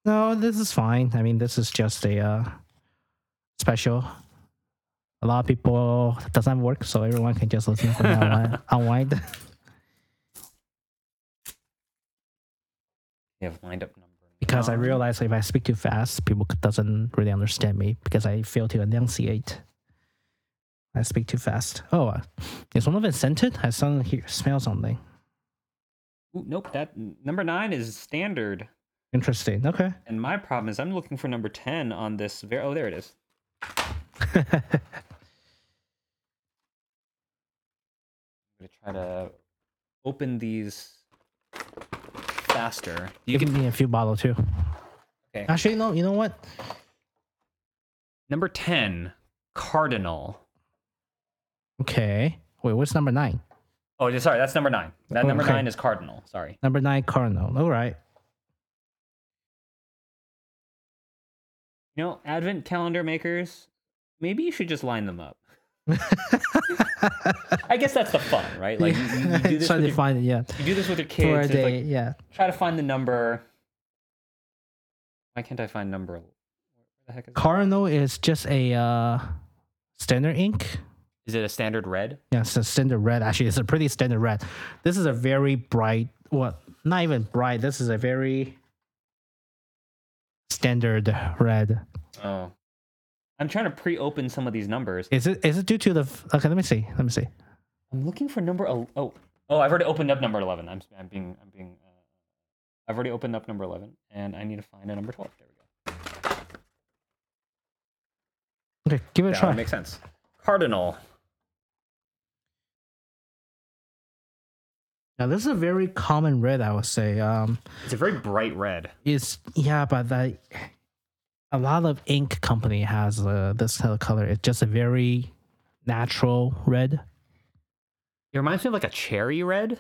S2: No, this is fine. I mean, this is just a uh, special. A lot of people doesn't have work, so everyone can just listen to unwind.
S1: (laughs)
S2: unwind.
S1: We have lined up number
S2: Because I
S1: nine.
S2: realize if I speak too fast, people c- doesn't really understand me because I fail to enunciate. I speak too fast. Oh, uh, is one of it scented? I suddenly hear, smell something.
S1: Ooh, nope, that number nine is standard.
S2: Interesting. Okay.
S1: And my problem is I'm looking for number ten on this. Ver- oh, there it is. I'm gonna try to open these faster. (laughs) You
S2: Give
S1: can
S2: me a few bottle too.
S1: Okay.
S2: Actually, no. You know what?
S1: number ten, cardinal.
S2: Okay. Wait, what's number nine?
S1: Oh, sorry, that's number nine. That
S2: Oh,
S1: number
S2: okay.
S1: nine is cardinal. Sorry.
S2: Number nine, cardinal. All right. (laughs)
S1: You know, advent calendar makers, maybe you should just line them up. I guess that's the fun, right? (laughs) Like you,
S2: (laughs)
S1: you, you do this
S2: Try
S1: with
S2: to
S1: your,
S2: find it. Yeah.
S1: you do this with your
S2: For a
S1: kids. It's
S2: day.
S1: like,
S2: yeah.
S1: try to find the number. Why can't I find number? Where the heck is it?
S2: Cardinal is just a uh, standard ink.
S1: Is it a standard red?
S2: Yeah, it's a standard red. Actually, it's a pretty standard red. This is a very bright, well, not even bright. This is a very standard red.
S1: Oh. I'm trying to pre-open some of these numbers.
S2: Is it is it due to the? f- Okay, let me see. Let me see.
S1: I'm looking for number. el- Oh, oh, I've already opened up number eleven. I'm, I'm being, I'm being. Uh, I've already opened up number eleven, and I need to find a number twelve. There we go.
S2: Okay, give it a
S1: That
S2: try.
S1: would make sense. Cardinal.
S2: Now, this is a very common red. I would say. Um,
S1: It's a very bright red.
S2: it's yeah, but that a lot of ink company has uh, this kind of color. It's just a very natural red.
S1: It reminds me of like a cherry red.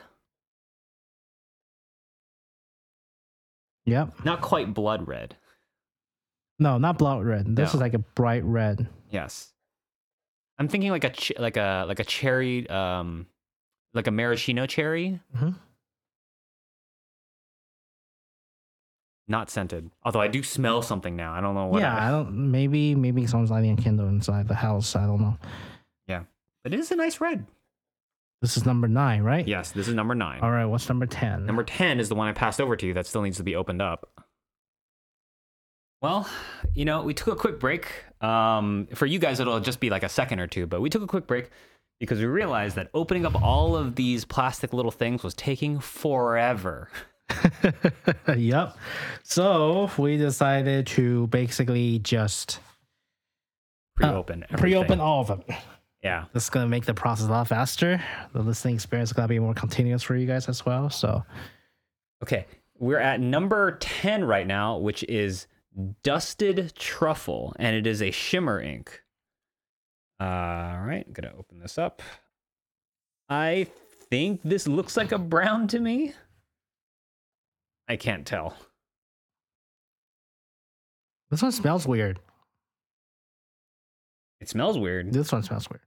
S2: Yep.
S1: Not quite blood red.
S2: No, not blood red. This
S1: No.
S2: is like a bright red.
S1: Yes. I'm thinking like a ch- like a like a cherry um like a maraschino cherry.
S2: Mhm.
S1: Not scented. Although I do smell something now. I don't know what.
S2: yeah, I
S1: I-
S2: don't. Maybe maybe someone's lighting a candle inside the house. I don't know.
S1: but it is a nice red.
S2: This is number nine, right?
S1: Yes, this is number 9.
S2: All right. What's number ten? (laughs)
S1: Number 10 is the one I passed over to you that still needs to be opened up. Well, you know, we took a quick break. Um, for you guys, it'll just be like a second or two, but we took a quick break because we realized that opening up all of these plastic little things was taking forever.
S2: Uh, yep. So we decided to basically just
S1: Pre open.
S2: pre-open all of them.
S1: Yeah.
S2: This is gonna make the process a lot faster. The listening experience is gonna be more continuous for you guys as well. So
S1: Okay. We're at number 10 right now, which is Dusted Truffle, and it is a shimmer ink. All right. I'm going to open this up. I think this looks like a brown to me. I can't tell.
S2: this one smells weird.
S1: It smells weird.
S2: This one smells weird.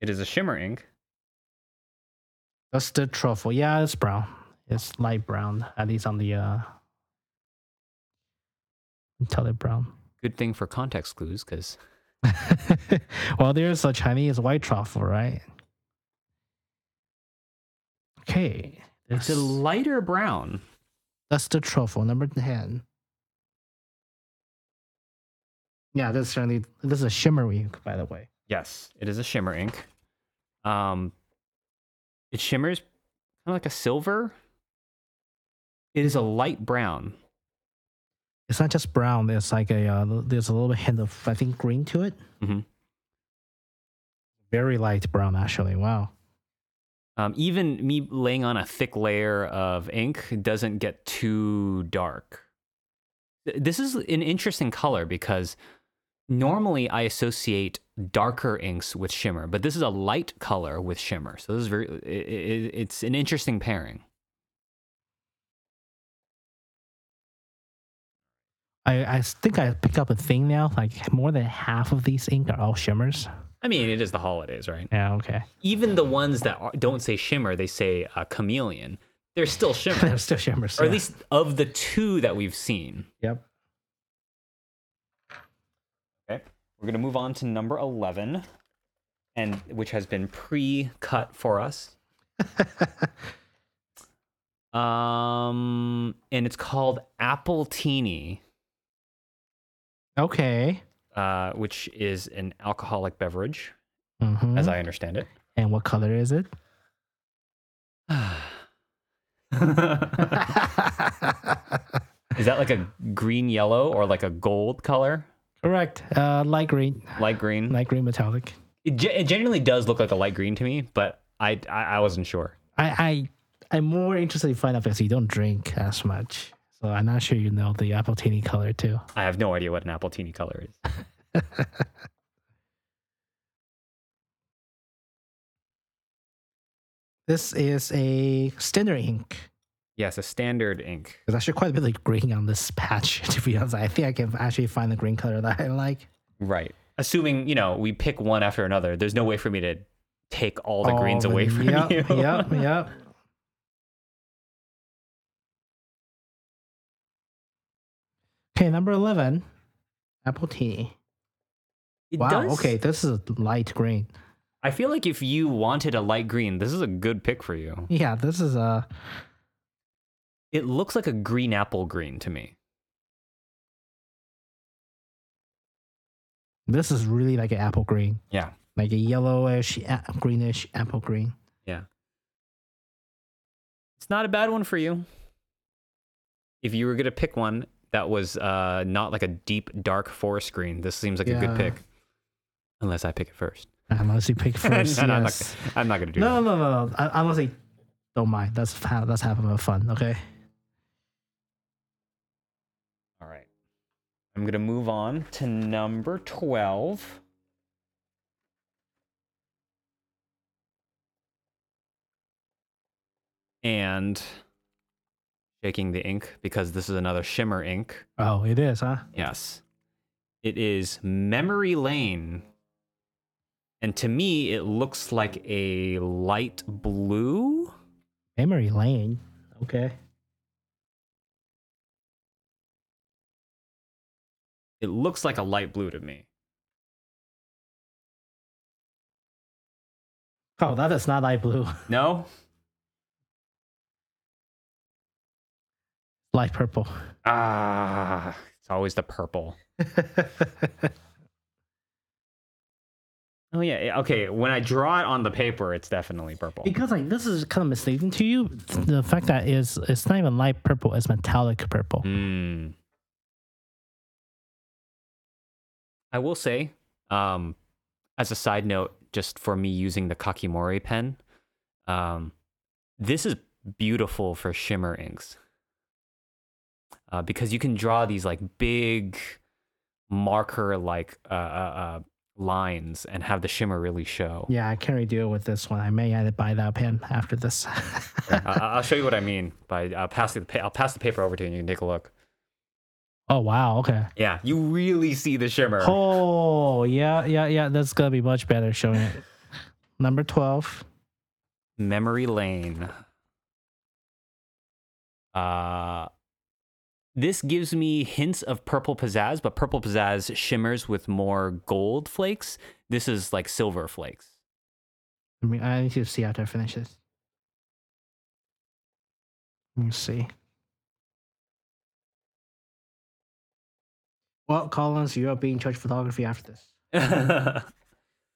S1: It is a shimmer ink.
S2: That's the truffle. Yeah, it's brown. It's light brown, at least on the uh, tell it brown. (laughs)
S1: Good thing for context clues because
S2: well, there's a Chinese white truffle, right? Okay.
S1: it's a
S2: that's-
S1: lighter brown.
S2: that's the truffle, number 10. Yeah, this certainly this is a shimmery, ink, by the way.
S1: Yes, it is a shimmer ink. Um, it shimmers kind of like a silver. It is a light brown.
S2: It's not just brown, it's like a uh, there's a little bit hint of I think green to it.
S1: Mhm.
S2: Very light brown actually. Wow.
S1: Um, even me laying on a thick layer of ink doesn't get too dark. Th- This is an interesting color because normally I associate darker inks with shimmer, but this is a light color with shimmer. So this is very, i i it's an interesting pairing.
S2: I, I think I pick up a thing now. Like more than half of these ink are all shimmers.
S1: I mean, it is the holidays, right?
S2: Yeah, okay. (laughs)
S1: Even the ones that are, don't say shimmer, they say uh, chameleon. They're still
S2: (laughs) They're
S1: shimmer,
S2: still shimmers.
S1: or at
S2: yeah.
S1: least of the two that we've seen.
S2: Yep.
S1: Okay. We're going to move on to number 11 and which has been pre-cut for
S2: (laughs)
S1: us. um and it's called Apple Teeny,
S2: Okay.
S1: uh which is an alcoholic beverage
S2: Mm-hmm.
S1: as I understand it.
S2: and what color
S1: (laughs)
S2: is it?
S1: (laughs) is that like a green yellow or like a gold color?
S2: Correct. Uh, light green.
S1: Light green?
S2: Light green metallic.
S1: it, ge- it generally does look like a light green to me, but I I, I wasn't sure.
S2: I, I I'm more interested to find out because you don't drink as much. So I'm not sure you know the apple teeny color too.
S1: I have no idea what an apple teeny color is.
S2: This is a standard ink.
S1: Yes, a standard ink.
S2: There's actually quite a bit of green on this patch, (laughs) to be honest. I think I can actually find the green color that I like.
S1: Right. Assuming, you know, we pick one after another, there's no way for me to take all the greens
S2: Oh,
S1: away from
S2: yep,
S1: you.
S2: yep, yep. Okay, number 11, apple teeny.
S1: (laughs) It
S2: wow,
S1: does-
S2: okay, this is a light green.
S1: I feel like if you wanted a light green, this is a good pick for you.
S2: Yeah, this is a.
S1: It looks like a green apple green to me.
S2: This is really like an apple green.
S1: Yeah.
S2: Like a yellowish, a- greenish apple green.
S1: It's not a bad one for you. If you were going to pick one that was uh, not like a deep, dark forest green, this seems like a good
S2: Yeah.
S1: pick. Unless I pick it first.
S2: Unless you pick
S1: (laughs)
S2: first.
S1: No, no, I'm not-
S2: yes.
S1: I'm not going to do
S2: No,
S1: that.
S2: no, no, no. I, honestly, don't mind. That's half, that's half of my fun. Okay.
S1: All right. I'm going to move on to number 12. And shaking the ink because this is another shimmer ink.
S2: Oh, it is, huh?
S1: Yes. It is Memory Lane. And to me, it looks like a light blue.
S2: Memory lane. Okay.
S1: It looks like a light blue to me.
S2: Oh, that is not light blue. (laughs)
S1: No?
S2: Light (laughs) purple.
S1: Ah, it's always the purple. Oh yeah, yeah, okay. When I draw it on the paper, it's definitely purple.
S2: because like this is kind of misleading to you. The fact that is it's not even light purple, it's metallic purple.
S1: Hmm. I will say, um, as a side note, just for me using the Kakimori pen, um, this is beautiful for shimmer inks uh, because you can draw these like big marker like uh, uh, uh, lines and have the shimmer really show.
S2: Yeah, I can't really deal with this one. I may have to buy that pen after
S1: (laughs)
S2: this. (laughs)
S1: I- I- I'll show you what I mean by uh, passing the. Pa- I'll pass the paper over to you, and you can take a look.
S2: oh wow, okay.
S1: Yeah, you really see the shimmer.
S2: Oh yeah, yeah, yeah. That's gonna be much better showing (laughs) it. Number twelve.
S1: Memory Lane. Uh, this gives me hints of purple pizzazz, but purple pizzazz shimmers with more gold flakes. This is like silver flakes.
S2: I mean, I need to see after I finish this. Let me see. Well, Collins, you are being charged photography after this.
S1: well,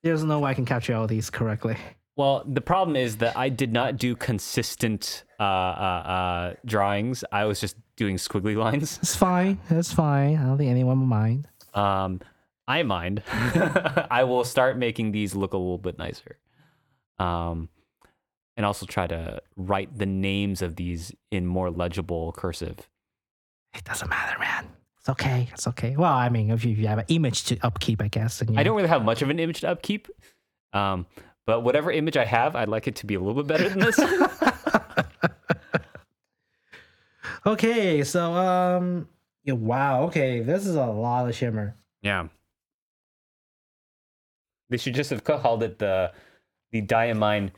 S2: There's no way I can capture all these correctly.
S1: the problem is that I did not do consistent uh, uh, uh, drawings. I was just doing squiggly lines.
S2: It's fine. It's fine. I don't think anyone will mind.
S1: Um, I mind. (laughs) I will start making these look a little bit nicer. Um, and also try to write the names of these in more legible cursive.
S2: It doesn't matter, man. It's okay. It's okay. Well, I mean, if you, if you have an image to upkeep, I guess. Then you
S1: I don't really have much of an image to upkeep, um, but whatever image I have, I'd like it to be a little bit better than this.
S2: (laughs) Okay, so um, yeah, wow. Okay, this is a lot of shimmer.
S1: (laughs) yeah. They should just have called it the the Diamine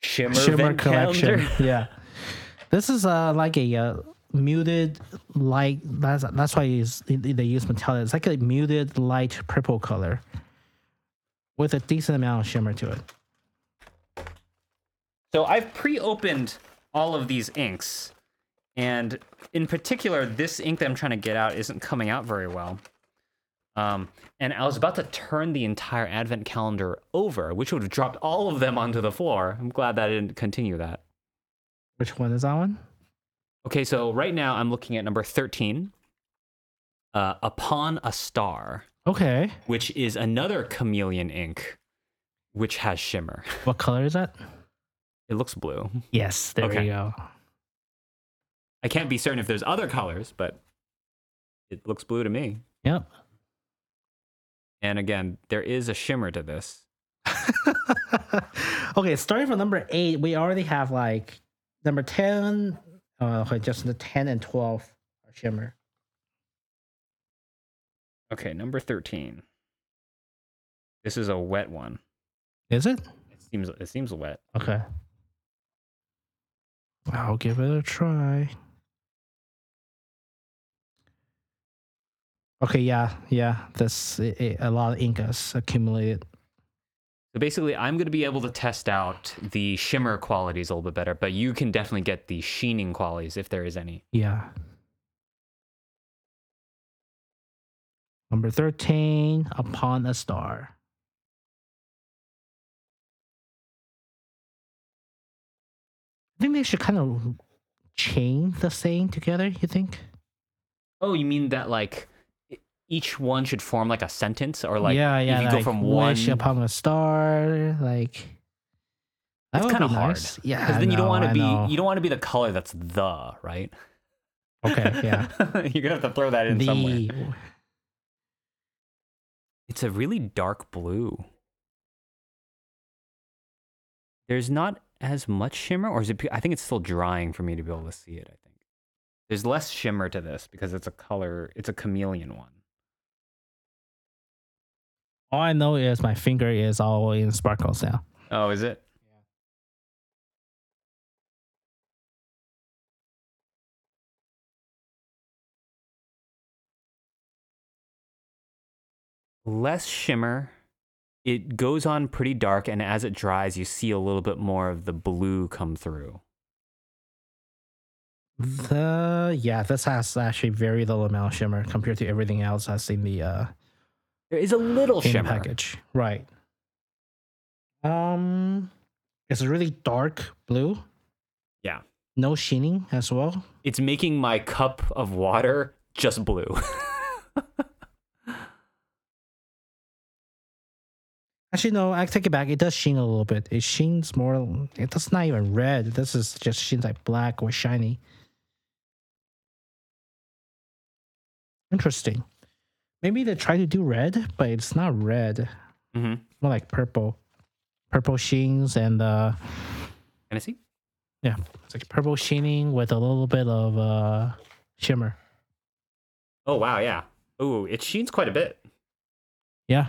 S1: Shimmer, Vent Calendar.
S2: (laughs) yeah, this is uh like a uh, muted light. That's that's why it's- they use metallic. It's like a muted light purple color with a decent amount of shimmer to it.
S1: So I've pre-opened all of these inks, and in particular, this ink that I'm trying to get out isn't coming out very well. Um, and I was about to turn the entire advent calendar over, which would have dropped all of them onto the floor. I'm glad that I didn't continue that.
S2: Which one is that one?
S1: Okay, so right now I'm looking at number 13, uh, Upon a Star,
S2: Okay,
S1: which is another chameleon ink, which has shimmer.
S2: what color is that?
S1: It looks blue.
S2: Yes, there
S1: Okay.
S2: we go.
S1: I can't be certain if there's other colors, but it looks blue to me.
S2: Yep.
S1: And again, there is a shimmer to this.
S2: (laughs) okay, starting from number eight, we already have like number ten. Uh, okay, just the ten and twelve are shimmer.
S1: Okay, number 13. This is a wet one.
S2: Is it?
S1: It seems it seems wet.
S2: Okay. I'll give it a try. Okay, yeah, yeah. This i i- a lot of ink has accumulated.
S1: So basically, I'm going to be able to test out the shimmer qualities a little bit better, but you can definitely get the sheening qualities if there is any.
S2: Yeah. Number thirteen, upon a star. I think they should kind of chain the saying together. You think?
S1: Oh, you mean that like e- each one should form like a sentence or like
S2: yeah, yeah,
S1: if you
S2: like
S1: go from one
S2: wish upon a star, like that
S1: It's
S2: would
S1: kinda
S2: be
S1: hard,
S2: nice. Yeah,
S1: because then you don't want to be you
S2: You
S1: don't want to be the color that's the right.
S2: (laughs) okay, yeah.
S1: You're gonna have to throw that (laughs) in somewhere.
S2: the
S1: It's a really dark blue. There's not as much shimmer, or is it? I think it's still drying for me to be able to see it. I think there's less shimmer to this because it's a color. It's a chameleon one.
S2: all I know is my finger is all in sparkles now.
S1: Oh, is it? Less shimmer. It goes on pretty dark, and as it dries, you see a little bit more of the blue come through.
S2: The yeah, this has actually very little amount of shimmer compared to everything else I've seen the uh
S1: There is a little
S2: in the
S1: shimmer.
S2: package. Right. Um, it's a really dark blue.
S1: Yeah.
S2: No sheening as well.
S1: It's making my cup of water just blue. (laughs)
S2: Actually, no, I take it back. It does sheen a little bit. It sheens more. It does not even red. This is just sheens like black or shiny. Interesting. Maybe they try to do red, but it's not red.
S1: mm-hmm.
S2: It's more like purple. Purple sheens and uh,
S1: Can I see?
S2: it's like purple sheening with a little bit of uh, shimmer.
S1: Oh wow, yeah. Ooh, it sheens quite a bit.
S2: Yeah.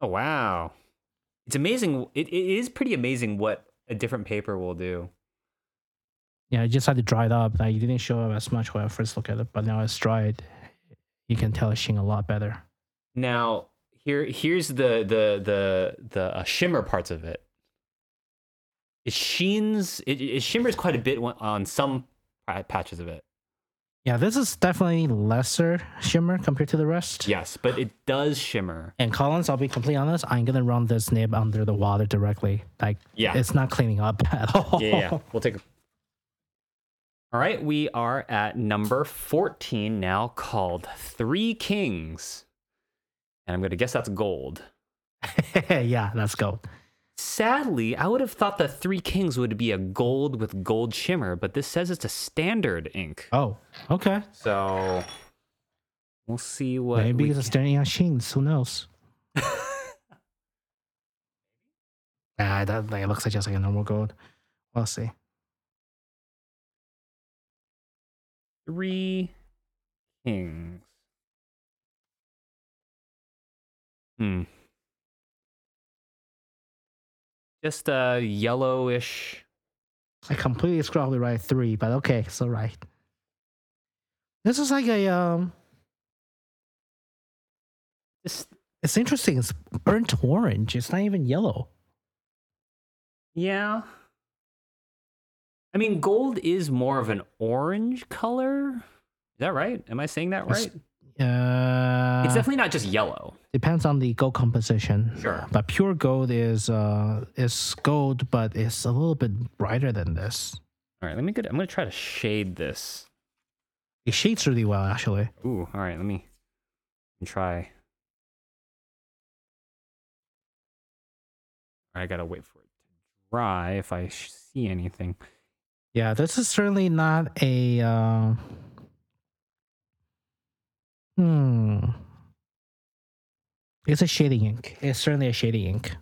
S1: Oh wow. It's amazing. It, it is pretty amazing what a different paper will do.
S2: Yeah, you just had to dry it up. Like, you didn't show up as much when I first looked at it, but now it's dried. You can tell it's sheen a lot better.
S1: Now, here here's the the the the uh, shimmer parts of it. It sheens it, it shimmers quite a bit on- on some pa- patches of it.
S2: Yeah, this is definitely lesser shimmer compared to the rest.
S1: Yes, but it does shimmer.
S2: And Collins, I'll be completely honest, I'm gonna run this nib under the water directly. Like
S1: Yeah.
S2: it's not cleaning up at all.
S1: Yeah, yeah. We'll take a All right, we are at number 14 now called Three Kings. And I'm going to guess that's gold.
S2: (laughs) yeah. let's go.
S1: Sadly, I would have thought the Three Kings would be a gold with gold shimmer, but this says it's a standard ink.
S2: Oh, okay.
S1: So we'll see what
S2: Maybe
S1: we
S2: it's a standing on Shins.
S1: (laughs)
S2: Who knows? nah, that like, it looks like just like a normal gold. We'll see.
S1: Three Kings. Hmm. Just a yellowish.
S2: I completely scrolled it right three, but okay, it's all right. This is like a um.
S1: This,
S2: It's interesting. It's burnt orange. It's not even yellow.
S1: yeah. I mean, gold is more of an orange color. Is that right? Am I saying that
S2: That's-
S1: right?
S2: Uh,
S1: it's definitely not just yellow.
S2: depends on the gold composition.
S1: Sure.
S2: But pure gold is uh is gold, but it's a little bit brighter than this.
S1: All right, let me. Get, I'm gonna try to shade this.
S2: It shades really well, actually.
S1: Ooh, all right, let me, let me try. All right, I gotta wait for it to dry if I sh- see anything.
S2: Yeah, this is certainly not a. Uh, hmm. It's a shading ink. It's certainly a shading ink.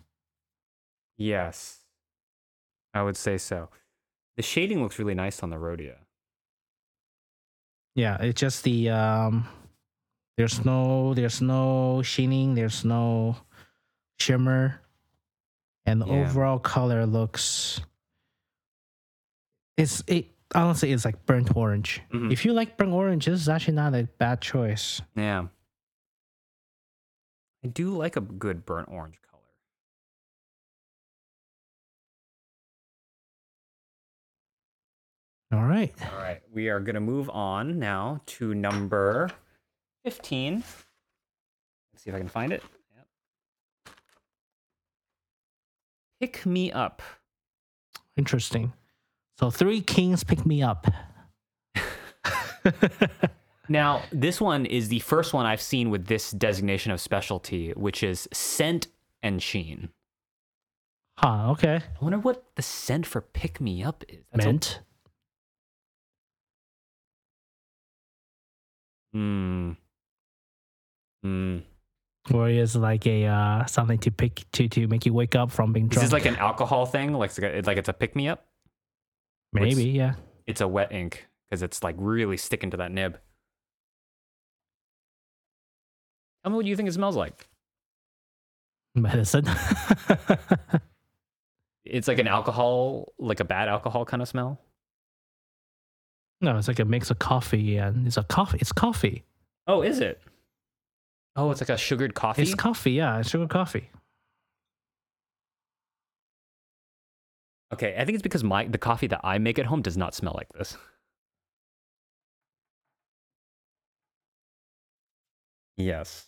S1: Yes, I would say so. The shading looks really nice on the Rhodia.
S2: Yeah, it's just the um. There's no, there's no sheening. There's no shimmer, and the
S1: Yeah.
S2: overall color looks. It's it honestly it's like burnt orange.
S1: Mhm.
S2: If you like burnt orange, this is actually not a bad choice.
S1: Yeah, I do like a good burnt orange color.
S2: All right.
S1: All right, we are going to move on now to number 15. Let's see if I can find it. Yep. Pick me up.
S2: Interesting. So three kings pick me
S1: (laughs)
S2: up.
S1: Now, this one is the first one I've seen with this designation of specialty, which is scent and sheen.
S2: Huh, okay.
S1: I wonder what the scent for pick me up is. a-
S2: Mint.
S1: Hmm. Hmm.
S2: Or is it like a uh, something to pick to to make you wake up from being
S1: Is
S2: drunk.
S1: this like an alcohol thing? Like, it's like a- like it's a pick me up?
S2: Maybe, yeah. (laughs)
S1: It's a wet ink because it's like really sticking to that nib. Tell me what you think it smells like.
S2: Medicine.
S1: It's like an alcohol, like a bad alcohol kind of smell.
S2: (laughs) no, it's like a mix of coffee and it's a coffee it's coffee.
S1: Oh, is it? Oh, it's like a sugared coffee.
S2: It's coffee, yeah, it's sugar coffee.
S1: okay, I think it's because my the coffee that I make at home does not smell like this. Yes.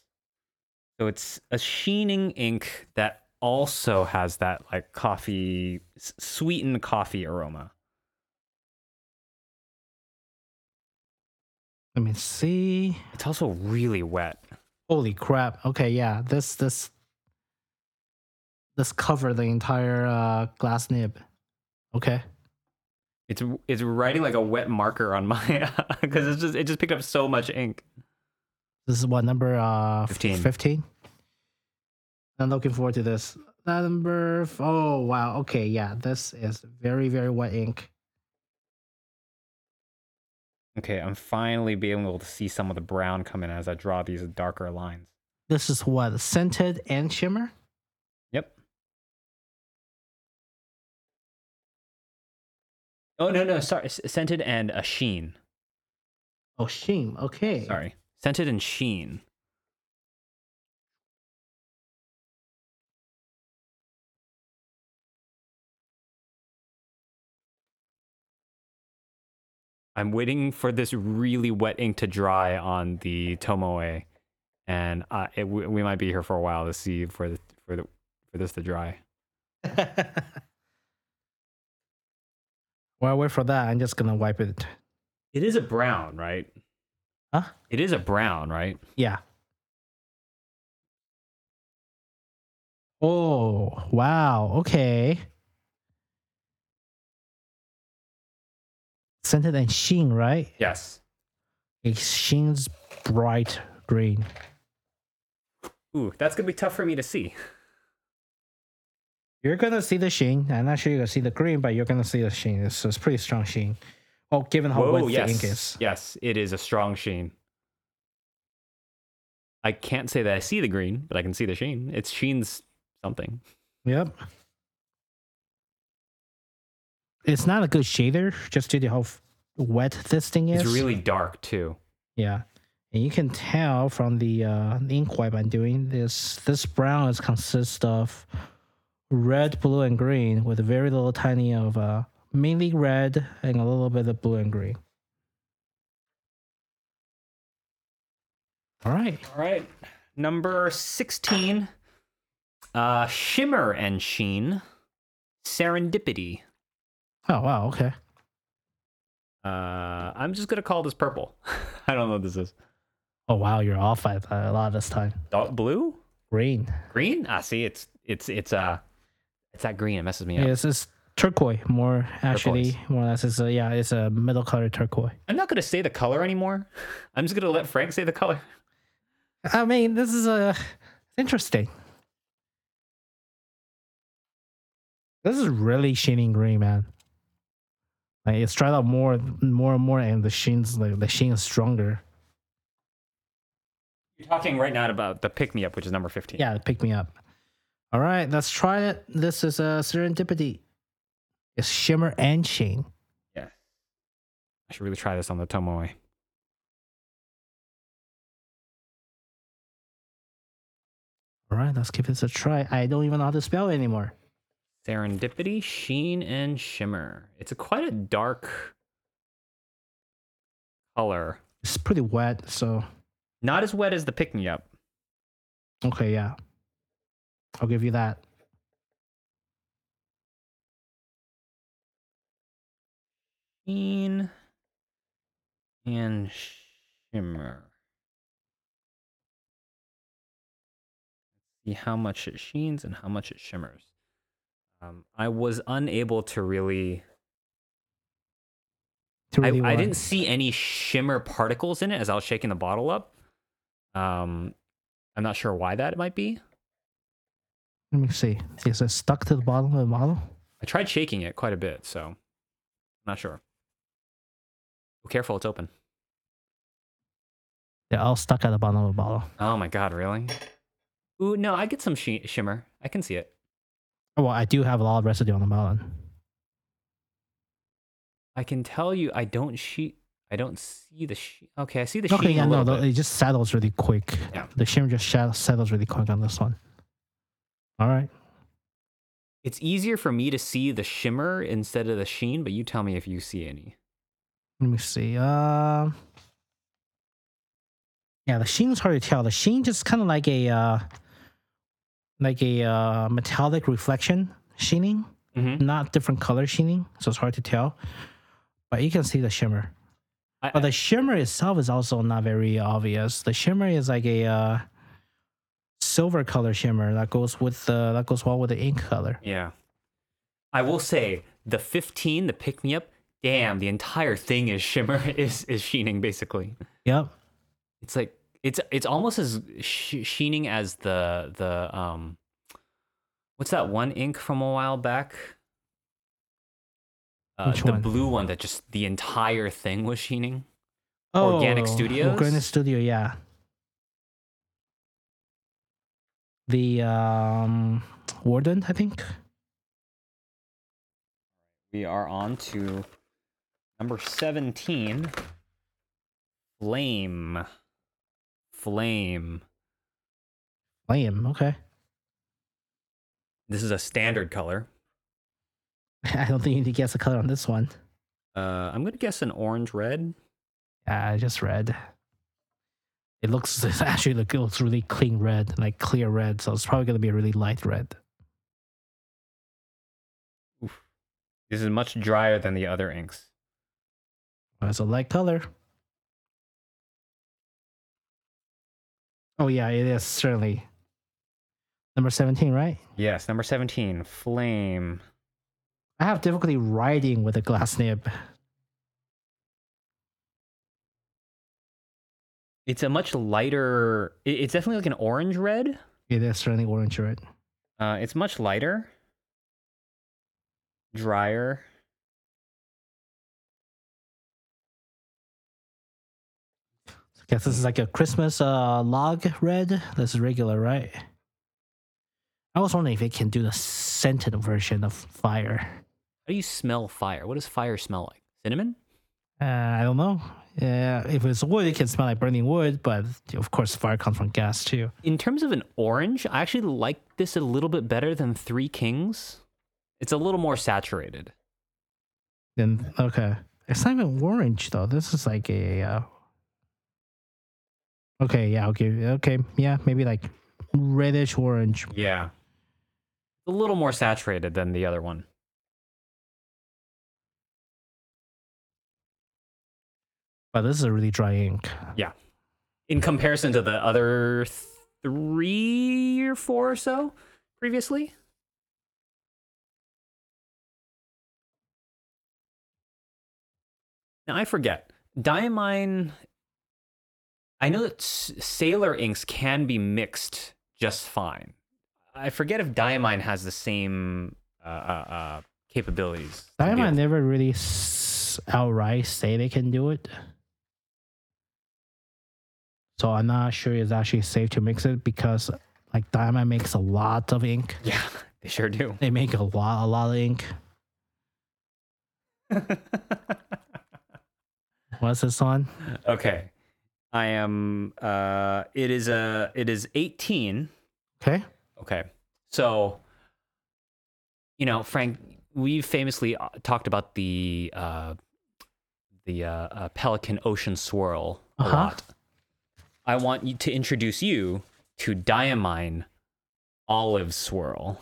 S1: So it's a sheening ink that also has that like coffee, s- sweetened coffee aroma.
S2: Let me see.
S1: It's also really wet.
S2: Holy crap. Okay, yeah. This this this covered the entire uh, glass nib. Okay.
S1: It's it's writing like a wet marker on my (laughs) because it's just it just picked up so much ink.
S2: This is what number uh
S1: 15.
S2: 15. I'm looking forward to this. Number f- oh wow, okay, yeah. This is very, very wet ink.
S1: Okay, I'm finally being able to see some of the brown come in as I draw these darker lines.
S2: This is what scented and shimmer?
S1: Yep. Oh no no sorry s- scented and a sheen
S2: Oh sheen, okay.
S1: sorry scented and sheen. I'm waiting for this really wet ink to dry on the Tomoe, and uh, it, we, we might be here for a while to see for the, for the, for this to dry.
S2: (laughs) While I wait for that, I'm just gonna wipe it.
S1: It is a brown, right?
S2: Huh?
S1: It is a brown, right?
S2: Yeah. Oh, wow. Okay. Scented and sheen, right?
S1: Yes.
S2: It sheens bright green.
S1: Ooh, that's gonna be tough for me to see.
S2: You're gonna see the sheen. I'm not sure you're gonna see the green, but you're gonna see the sheen. It's, it's pretty strong sheen. Oh, (laughs) given how
S1: Whoa,
S2: wet
S1: yes.
S2: the ink is.
S1: Yes, it is a strong sheen. I can't say that I see the green, but I can see the sheen. It's sheen's something.
S2: Yep. It's not a good shader, just due to how f- wet this thing is.
S1: It's really dark too.
S2: Yeah. And you can tell from the uh, the ink wipe I'm doing this. This brown is consists of red, blue, and green with very little tiny of uh, mainly red and a little bit of blue and green. All right.
S1: All right. Number 16 uh, Shimmer and Sheen, Serendipity.
S2: Oh wow. Okay.
S1: Uh, I'm just going to call this purple. (laughs) I don't know what this is.
S2: Oh wow. You're off by a lot this time.
S1: Dark blue?
S2: Green.
S1: Green? Ah, see, it's, it's, it's, uh, it's that green. It messes me up.
S2: Yes, it's turquoise. More actually,
S1: Turquoise.
S2: more or less. It's a yeah. It's a middle color turquoise.
S1: I'm not going to say the color anymore. I'm just going to let Frank say the color.
S2: I mean, this is uh, interesting. This is really sheening green, man. Like it's tried out more, more and more, and the sheen's like the sheen is stronger.
S1: You're talking right now about the pick me up, which is number 15.
S2: Yeah, pick me up. All right, let's try it. This is a serendipity. It's shimmer and sheen.
S1: Yeah. I should really try this on the Tomoe.
S2: All right, let's give this a try. I don't even know how to spell it anymore.
S1: Serendipity, Sheen, and Shimmer. It's a quite a dark color.
S2: It's pretty wet, so
S1: Not as wet as the pick me up.
S2: okay, yeah. I'll give you that.
S1: Sheen and Shimmer. See how much it sheens and how much it shimmers. Um, I was unable to really.
S2: To
S1: I,
S2: really
S1: I
S2: want.
S1: didn't see any shimmer particles in it as I was shaking the bottle up. Um, I'm not sure why that might be.
S2: Let me see. Is it stuck to the bottom of the bottle?
S1: I tried shaking it quite a bit, so I'm not sure. Oh, careful, it's open.
S2: They're all stuck at the bottom of the bottle.
S1: Oh my god, really? Ooh, no, I get some shi shimmer. I can see it.
S2: Oh, Well, I do have a lot of residue on the melon.
S1: I can tell you, I don't she. I don't see the she. Okay, I see the
S2: Okay,
S1: sheen
S2: yeah,
S1: a
S2: no,
S1: little
S2: no,
S1: bit.
S2: it just settles really quick.
S1: Yeah.
S2: The shimmer just shat- settles really quick on this one. All right.
S1: It's easier for me to see the shimmer instead of the sheen, but you tell me if you see any.
S2: Let me see. Um. Yeah, the sheen's hard to tell. The sheen just kind of like a, uh, like a uh, metallic reflection sheening,
S1: Mm-hmm.
S2: not different color sheening, so it's hard to tell. But you can see the shimmer.
S1: I,
S2: But the shimmer itself is also not very obvious. The shimmer is like a uh, silver color shimmer that goes with the that goes well with the ink color.
S1: yeah, I will say the fifteen, the pick me up. Damn, the entire thing is shimmer (laughs) is is sheening basically.
S2: Yep.
S1: it's like it's it's almost as sh- sheening as the the um what's that one ink from a while back uh,
S2: Which
S1: the
S2: one?
S1: blue one that just the entire thing was sheening Organic Studios?
S2: Oh, Organic Studio, yeah. The um, Warden, I think.
S1: we are on to number 17 flame flame
S2: Flame. Okay. (laughs)
S1: this is a standard color
S2: I don't think you need to guess the color on this one.
S1: uh, i'm gonna guess an orange red
S2: Yeah, I just read. It looks (laughs) it's actually look, it looks really clean red, like clear red. So it's probably gonna be a really light red.
S1: this is much drier than the other inks
S2: That's a light color. Oh yeah, it is certainly. Number 17, right?
S1: Yes, number 17, flame.
S2: I have difficulty writing with a glass nib.
S1: It's a much lighter, it- it's definitely like an orange red.
S2: It is certainly orange red.
S1: Uh, it's much lighter, drier.
S2: Guess this is like a Christmas uh, log red. This is regular, right? I was wondering if it can do the scented version of fire.
S1: How do you smell fire? What does fire smell like? Cinnamon?
S2: Uh, I don't know. Yeah, if it's wood, it can smell like burning wood, but of course, fire comes from gas too.
S1: In terms of an orange, I actually like this a little bit better than Three Kings. It's a little more saturated.
S2: Then okay, it's not even orange though. This is like a. Uh... Okay, yeah, okay, okay, yeah, maybe like reddish orange.
S1: Yeah. A little more saturated than the other one.
S2: But this is a really dry ink.
S1: In comparison to the other three or four or so previously. Now I forget. Diamine. I know that s- sailor inks can be mixed just fine. I forget if Diamine has the same uh, uh, uh, capabilities. to
S2: I
S1: deal
S2: might never really s- outright say they can do it. So I'm not sure it's actually safe to mix it because like Diamond makes a lot of ink.
S1: with. (laughs) Yeah, they sure do. (laughs)
S2: They make a lot, a lot of ink. What's this one?
S1: Okay. I am uh it is a it is 18.
S2: Okay.
S1: Okay. So you know, Frank, we famously uh, talked about the uh the uh, uh Pelican Ocean Swirl a
S2: Uh-huh.
S1: lot. I want you to introduce you to Diamine Olive Swirl.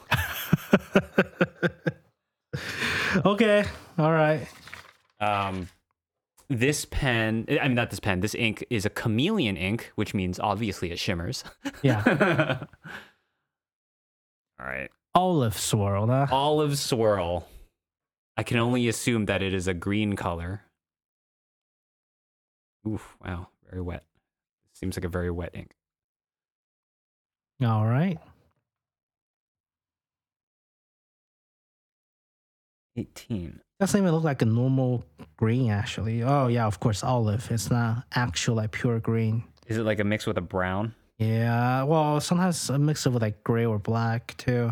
S2: okay. All right.
S1: Um, this pen, I mean, not this pen, this ink is a chameleon ink, which means obviously it shimmers.
S2: Yeah.
S1: (laughs) All right.
S2: Olive swirl. Huh?
S1: Olive swirl. I can only assume that it is a green color. Oof, wow, very wet. Seems like a very wet ink.
S2: All right.
S1: 18.
S2: Doesn't even look like a normal green actually. Oh yeah, of course olive. It's not actual like pure green.
S1: Is it like a mix with a brown?
S2: Yeah, well, sometimes I mix it with like gray or black too.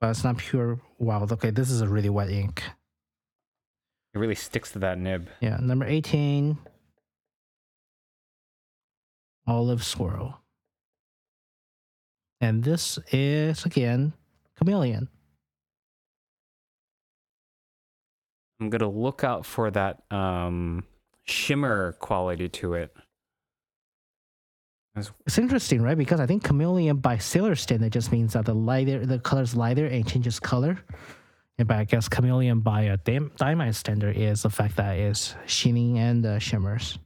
S2: But it's not pure wild. Okay, this is a really wet ink.
S1: It really sticks to that nib.
S2: Yeah, number 18 Olive Swirl. And this is again Chameleon.
S1: I'm gonna look out for that um, shimmer quality to it. As-
S2: It's interesting, right? Because I think Chameleon by Sailor standard just means that the lighter, the color's lighter and changes color. And by I guess Chameleon by a dim- Diamond standard is the fact that it's shining and uh, shimmers.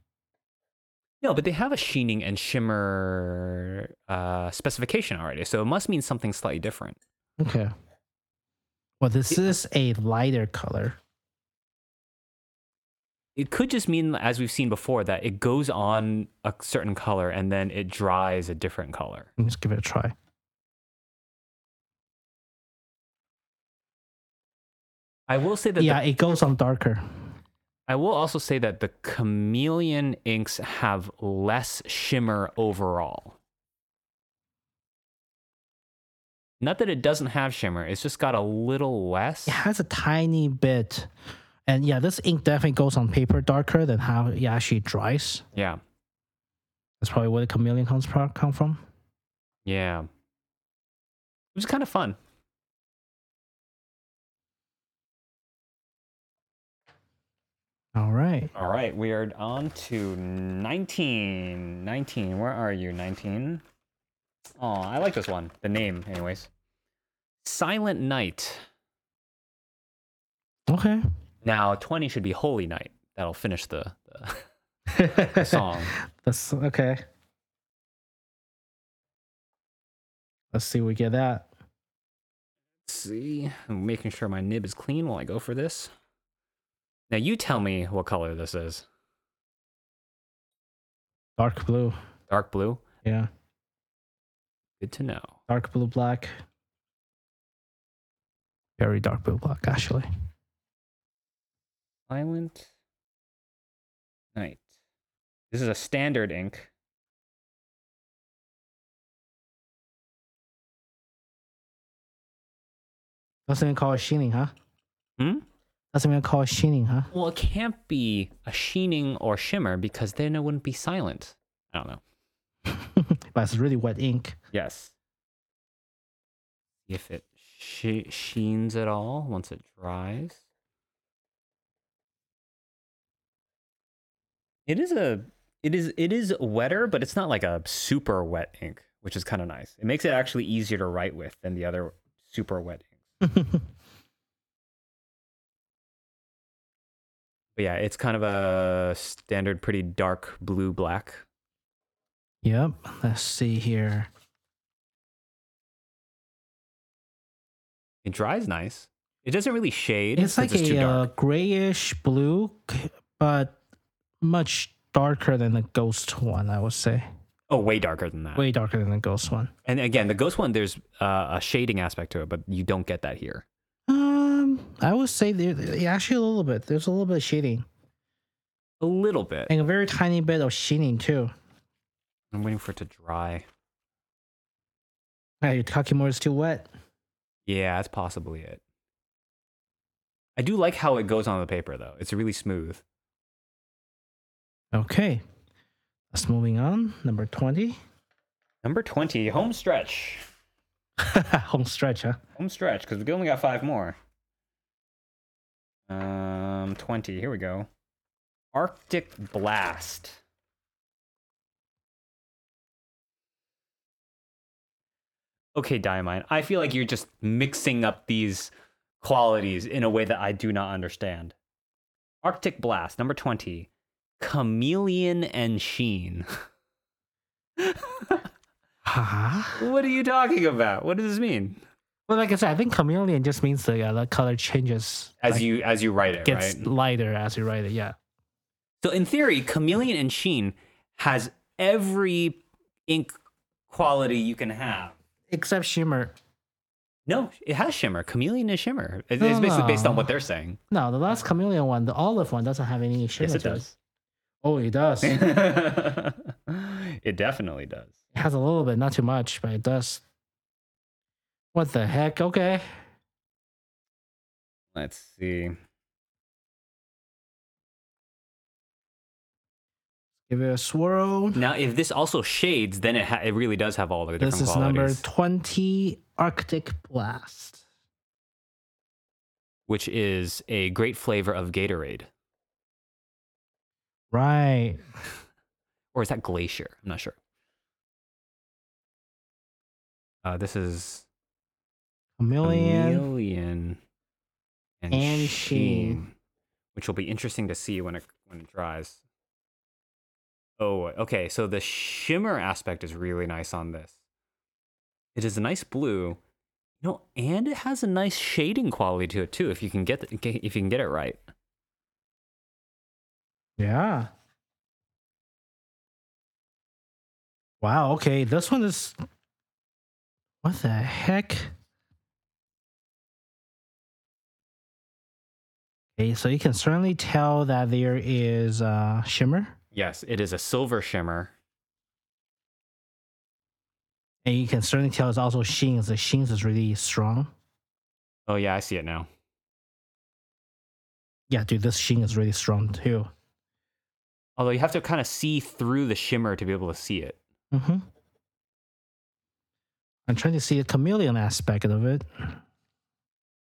S1: No, but they have a sheening and shimmer uh, specification already, so it must mean something slightly different.
S2: Okay. Well, this
S1: Yeah.
S2: is a lighter color.
S1: It could just mean, as we've seen before, that it goes on a certain color and then it dries a different color.
S2: Let's give it a try.
S1: I will say that.
S2: yeah,
S1: The,
S2: it goes on darker.
S1: I will also say that the chameleon inks have less shimmer overall. Not that it doesn't have shimmer; it's just got a little less.
S2: It has a tiny bit. And yeah, this ink definitely goes on paper darker than how it actually dries.
S1: Yeah.
S2: That's probably where the chameleon comes pro- come from.
S1: Yeah. It was kind of fun.
S2: All right.
S1: All right, we are on to 19. 19, where are you, 19? Oh, I like this one. The name, anyways. Silent Night.
S2: Okay.
S1: Now, 20 should be Holy Night. That'll finish the, (laughs) the song.
S2: That's okay. Let's see we get that.
S1: see. I'm making sure my nib is clean while I go for this. Now you tell me what color this is.
S2: Dark blue.
S1: Dark blue.
S2: Yeah.
S1: Good to know.
S2: Dark blue black. Very dark blue black, actually.
S1: Silent Night. This is a standard ink.
S2: Doesn't even call it sheening, huh?
S1: Hmm?
S2: Doesn't even call it sheening, huh? (laughs)
S1: Well, it can't be a sheening or shimmer because then it wouldn't be silent. I don't know.
S2: but it's really wet ink. (laughs)
S1: Yes. If it she- sheens at all once it dries. It is a it is it is wetter, but it's not like a super wet ink, which is kind of nice. It makes it actually easier to write with than the other super wet ink. But yeah, it's kind of a standard pretty dark blue black.
S2: yep. Let's see here.
S1: It dries nice. It doesn't really shade.
S2: It's
S1: since
S2: like
S1: too
S2: a uh,
S1: dark.
S2: grayish blue, c- but much darker than the ghost one, I would say.
S1: oh, way darker than that.
S2: Way darker than the ghost one.
S1: And again, the ghost one, there's uh, a shading aspect to it, but you don't get that here.
S2: Um, I would say there, yeah, actually a little bit. There's a little bit of shading
S1: A little bit.
S2: and a very tiny bit of sheening too.
S1: I'm waiting for it to dry.
S2: Yeah, your Takimura is too wet.
S1: Yeah, that's possibly it. I do like how it goes on the paper, though. It's really smooth.
S2: Okay. That's moving on. Number 20.
S1: Number 20, home stretch.
S2: (laughs) Home stretch, huh?
S1: Home stretch, because we only got five more. Um, 20, here we go. Arctic Blast. Okay, Diamine, I feel like you're just mixing up these qualities in a way that I do not understand. Arctic Blast, number 20. Chameleon and Sheen.
S2: Huh?
S1: What are you talking about? What does this mean?
S2: Well, like I said, I think chameleon just means the, uh, the color changes.
S1: As
S2: like,
S1: you as you write it,
S2: gets
S1: right?
S2: lighter as you write it. Yeah.
S1: So in theory, Chameleon and Sheen has every ink quality you can have.
S2: Except shimmer.
S1: No, it has shimmer. Chameleon is shimmer. It- It's
S2: No,
S1: basically based on
S2: no.
S1: what they're saying.
S2: No, the last chameleon one, the olive one, doesn't have any shimmer.
S1: Yes, it
S2: to
S1: does.
S2: Oh, it does. it
S1: (laughs) it definitely does.
S2: has a little bit, not too much, but it does. What the heck? Okay.
S1: Let's see.
S2: Give it a swirl.
S1: Now, if this also shades, then it ha- it really does have all the different
S2: This is
S1: qualities,
S2: number 20 Arctic Blast.
S1: which is a great flavor of Gatorade,
S2: Right.
S1: or is that Glacier? I'm not sure. Uh, this is
S2: Chameleon.
S1: Chameleon and,
S2: and Sheen.
S1: Sheen, which will be interesting to see when it when it dries. Oh, okay. So the shimmer aspect is really nice on this. It is a nice blue, you know, and it has a nice shading quality to it too. If you can get the, if you can get it right,
S2: Yeah. Wow. Okay. This one is. What the heck? Okay. So you can certainly tell that there is uh, shimmer,
S1: yes, it is a silver shimmer.
S2: and you can certainly tell it's also sheen. The sheen is really strong.
S1: Oh yeah, I see it now.
S2: Yeah, dude, this sheen is really strong too.
S1: Although you have to kind of see through the shimmer to be able to see it.
S2: Mm-hmm. I'm trying to see the chameleon aspect of it.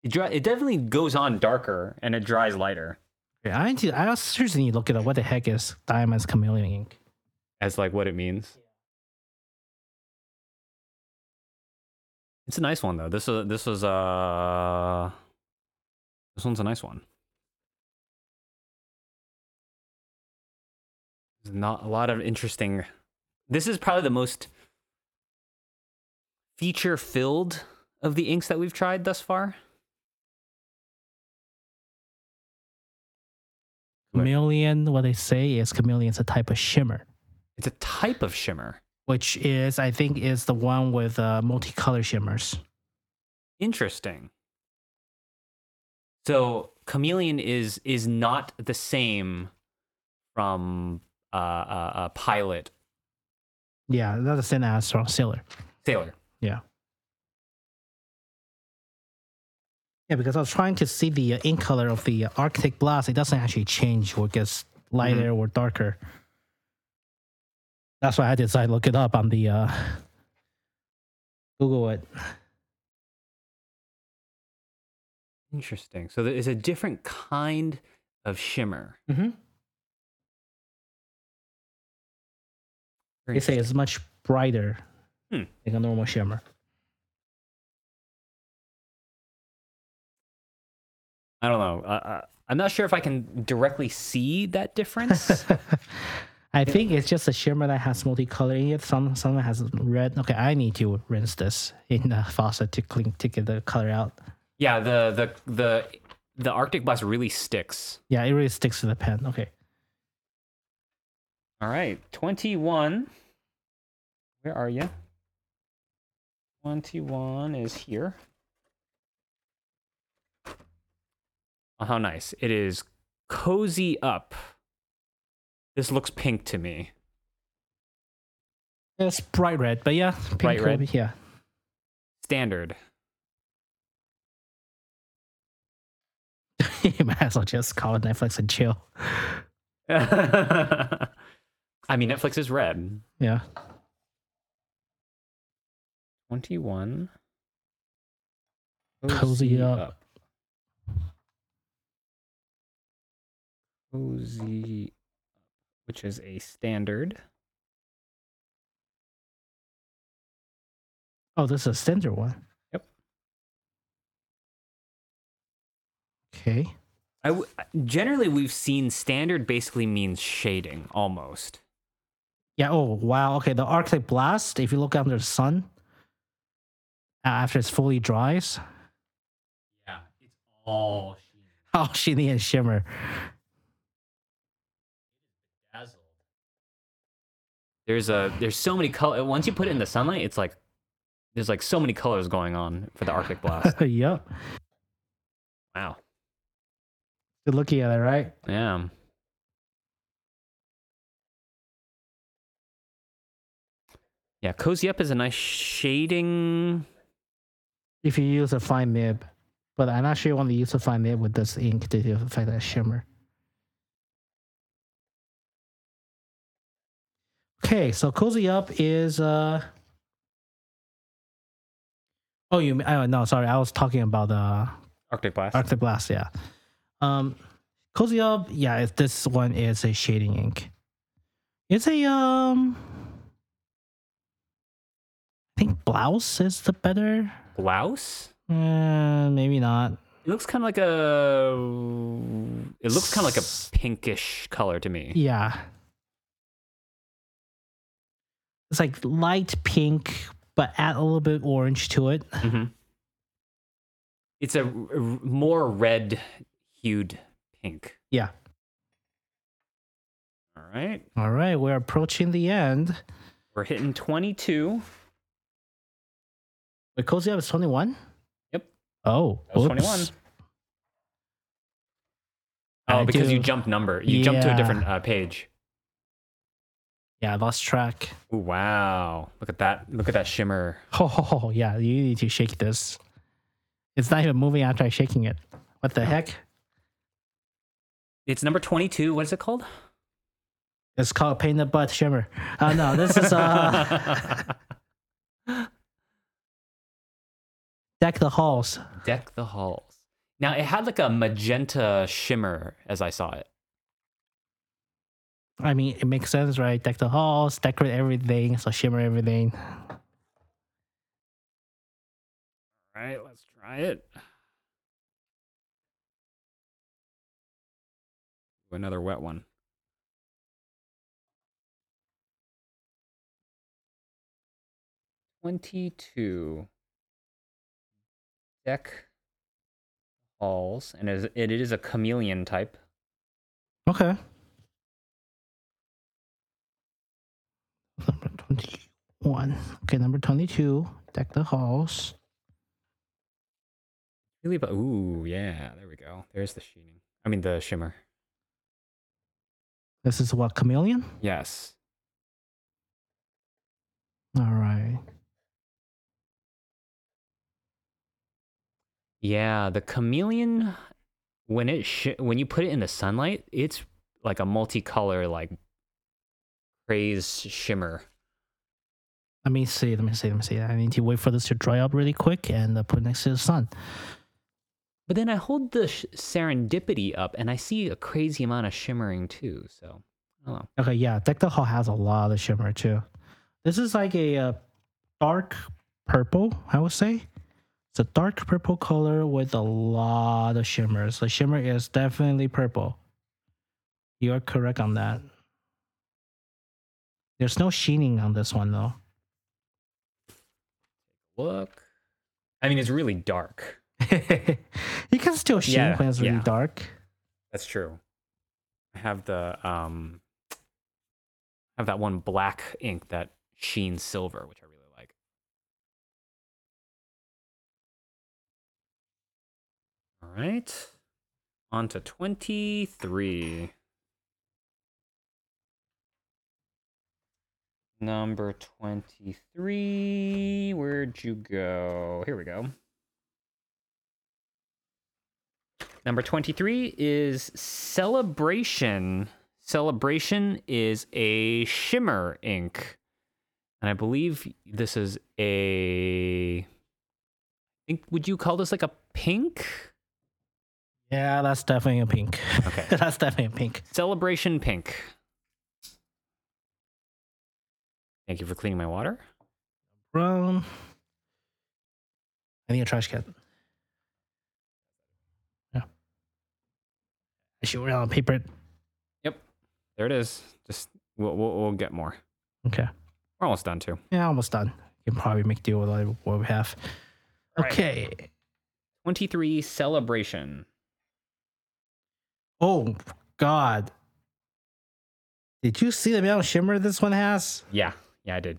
S1: It, dry, it definitely goes on darker and it dries lighter.
S2: Okay, I need to, I seriously need to look it up. What the heck is Diamond's Chameleon Ink?
S1: as like what it means. It's a nice one though. This was this was uh this one's a nice one. There's not a lot of interesting. This is probably the most feature filled of the inks that we've tried thus far? Right.
S2: Chameleon, what they say is chameleon's a type of shimmer,
S1: It's a type of shimmer.
S2: which is I think is the one with uh, multicolor shimmers.
S1: Interesting. So chameleon is is not the same from uh, uh, uh, pilot
S2: Yeah, not the same as strong sealer.
S1: sailor.
S2: Yeah, because I was trying to see the uh, ink color of the uh, Arctic Blast. It doesn't actually change or gets lighter or darker. That's why I decided to look it up on the uh, Google it.
S1: Interesting. So there is a different kind of shimmer.
S2: Mm-hmm.
S1: Very
S2: They say it's much brighter
S1: Hmm.
S2: like a normal shimmer.
S1: I don't know. Uh, uh, I'm not sure if I can directly see that
S2: (laughs)
S1: difference.
S2: I think it's just a shimmer that has multicolor in it. Some some has red. Okay, I need to rinse this in the faucet to clean to get the color out.
S1: yeah, the the the the Arctic blast really sticks.
S2: Yeah, it really sticks to the pen. Okay.
S1: All right, 21. Where are you? 21 is here. Oh, how nice. It is cozy up. This looks pink to me.
S2: It's bright red, but yeah, pink
S1: Bright red.
S2: will be- Yeah, (laughs)
S1: Standard. (laughs)
S2: you might as well just call it Netflix and chill.
S1: I mean, Netflix is red.
S2: Yeah,
S1: 21.
S2: Cozy up.
S1: Cozy up, which is a standard.
S2: Oh, this is a standard one.
S1: Yep.
S2: Okay.
S1: I w- generally we've seen standard basically means shading almost.
S2: Yeah. Oh, wow. Okay. The Arctic Blast, if you look under the sun, uh, after it's fully dries, (laughs)
S1: Yeah, it's all
S2: how shiny and shimmer. (laughs)
S1: dazzled. There's a there's so many color. Once you put it in the sunlight, it's like there's like so many colors going on for the Arctic (laughs) blast.
S2: yep.
S1: wow.
S2: Good looking at it, right?
S1: Yeah. Yeah, cozy up is a nice shading.
S2: If you use a fine nib, but I'm not sure you want to use a fine nib with this ink to affect that shimmer. Okay, so cozy up is uh. Oh, you? mean- Oh, no, sorry. I was talking about uh, the.
S1: Arctic blast.
S2: Arctic Blast, yeah. Um, Cozy Up, yeah, it, this one is a shading ink. It's a um, I think blouse is the better.
S1: Blouse?
S2: Uh, maybe not.
S1: It looks kind of like a. It looks kind of like a pinkish color to me.
S2: Yeah, it's like light pink, but add a little bit orange to it.
S1: hmm It's a r- r- more red hued pink.
S2: Yeah.
S1: All right.
S2: All right, we're approaching the end.
S1: We're hitting 22.
S2: Wait, Cozy Up is twenty one.
S1: Yep.
S2: Oh,
S1: That was
S2: whoops.
S1: 21. Oh,
S2: I
S1: because you
S2: do-
S1: jumped number. You jumped to a
S2: Yeah.
S1: different uh, page.
S2: Yeah, I lost track.
S1: Ooh, wow. Look at that. Look at that shimmer.
S2: (laughs) Oh, yeah, you need to shake this. It's not even moving after I'm shaking it. What the heck?
S1: It's number 22. What is it called?
S2: It's called pain in the butt shimmer. Uh, no, this is uh,
S1: (laughs)
S2: deck the halls.
S1: Deck the Halls. Now, it had like a magenta shimmer as I saw it.
S2: I mean, it makes sense, right? Deck the halls, decorate everything, so shimmer everything.
S1: All right, let's try it. Ooh, Another wet one. 22 deck halls, and it is, it is a chameleon type.
S2: Okay. Number 21. Okay, number 22. Deck the halls.
S1: Really, but ooh, yeah, there we go. There's the sheening. I mean, the shimmer.
S2: This is what, chameleon?
S1: Yes.
S2: All right.
S1: Yeah, the chameleon when it sh- when you put it in the sunlight, it's like a multicolor like craze shimmer.
S2: Let me see. Let me see. Let me see. I need to wait for this to dry up really quick and uh, put it next to the sun.
S1: But then I hold the sh- serendipity up and I see a crazy amount of shimmering too. So, oh,
S2: Okay, yeah. Deck the Hall has a lot of shimmer too. This is like a uh, dark purple, I would say. It's a dark purple color with a lot of shimmers. The shimmer is definitely purple. You're correct on that. There's no sheening on this one though. (laughs)
S1: look. I mean, it's really dark.
S2: you can still sheen
S1: Yeah,
S2: when it's really
S1: yeah.
S2: dark.
S1: That's true. I have the um I have that one black ink that sheens silver, which I really like. All right. On to 23. Number 23. Where'd you go? Here we go. Number 23 is Celebration. Celebration is a shimmer ink. And I believe this is a I think would you call this like a pink?
S2: Yeah, that's definitely a pink. (laughs)
S1: Okay.
S2: that's definitely a pink.
S1: Celebration pink. Thank you for cleaning my water.
S2: Brown. I need a trash can. Yeah. I should write on paper.
S1: There it is. Just we'll we'll, we'll get more.
S2: Okay.
S1: We're almost done too.
S2: Yeah, almost done. You can probably make deal with like what we have.
S1: Right.
S2: Okay.
S1: 23 celebration.
S2: Oh God. Did you see the amount of shimmer this one has?
S1: Yeah, yeah, I did.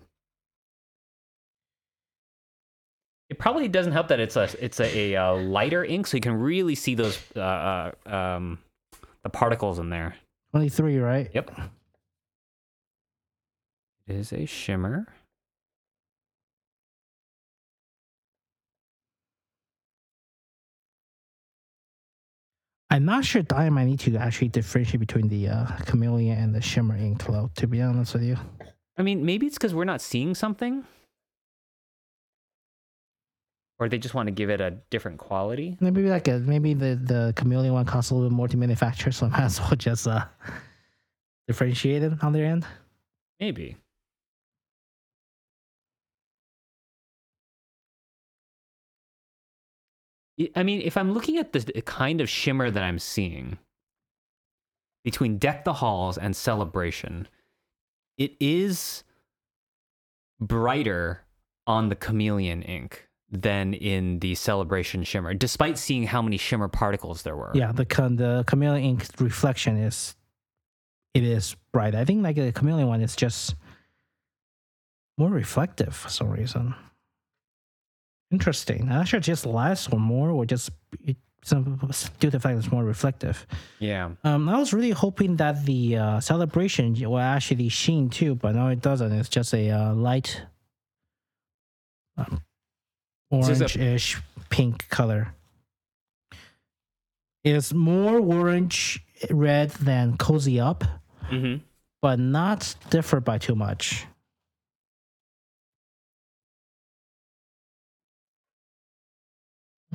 S1: It probably doesn't help that it's a it's a, a, uh lighter ink, so you can really see those uh, uh, um, the particles in there.
S2: Twenty three, right?
S1: Yep. It is a shimmer.
S2: I'm not sure Dime I need to actually differentiate between the uh, chameleon and the shimmer ink though, to be honest with you.
S1: I mean, maybe it's because we're not seeing something, or they just want to give it a different quality.
S2: Maybe like a, maybe the the chameleon one costs a little bit more to manufacture, so (laughs) I might as well just uh, differentiate it on their end.
S1: Maybe. I- I mean, if I'm looking at the the kind of shimmer that I'm seeing between Deck the Halls and Celebration, it is brighter on the chameleon ink than in the celebration shimmer, despite seeing how many shimmer particles there were.
S2: Yeah, the con- the chameleon ink reflection is it is bright. I think like the chameleon one is just more reflective for some reason. Interesting. I'm not sure just less or more or just it, some due to the fact it's more reflective.
S1: Yeah.
S2: Um, I was really hoping that the uh, celebration will actually sheen too, but no, it doesn't. It's just a uh, light um,
S1: This is a-
S2: orange-ish pink color. It's more orange red than cozy up,
S1: Mm-hmm.
S2: but not different by too much.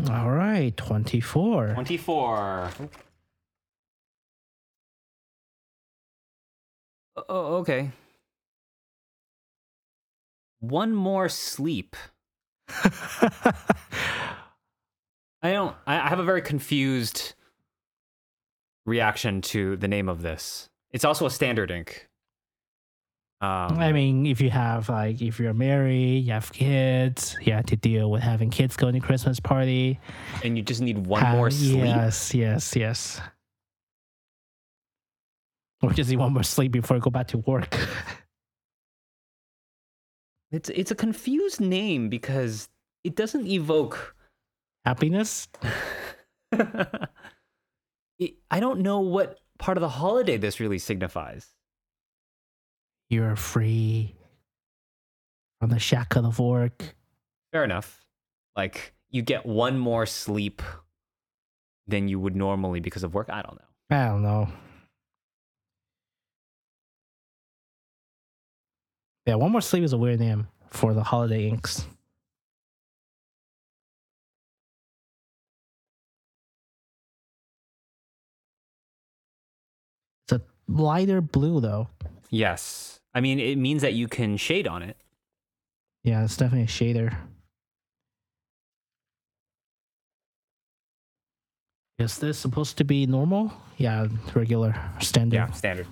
S2: All right,
S1: (laughs)
S2: twenty-four. (laughs)
S1: 24. Oh, okay. One more sleep. I don't. I I have a very confused reaction to the name of this. It's also a standard ink. Um,
S2: I mean, if you have like if you're married, you have kids, you have to deal with having kids going to Christmas party.
S1: and you just need one
S2: have-
S1: more sleep.
S2: Yes, yes, yes. Or just need one more sleep before I go back to work. (laughs)
S1: It's it's a confused name because it doesn't evoke.
S2: Happiness?
S1: (laughs) it, I don't know what part of the holiday this really signifies.
S2: You're free from the shackle of work.
S1: Fair enough. Like you get one more sleep than you would normally because of work. I don't know.
S2: I don't know. Yeah, one more sleep is a weird name for the holiday inks. It's a lighter blue though.
S1: Yes. I mean, it means that you can shade on it.
S2: Yeah, it's definitely a shader. Is this supposed to be normal? Yeah, regular, standard.
S1: standard.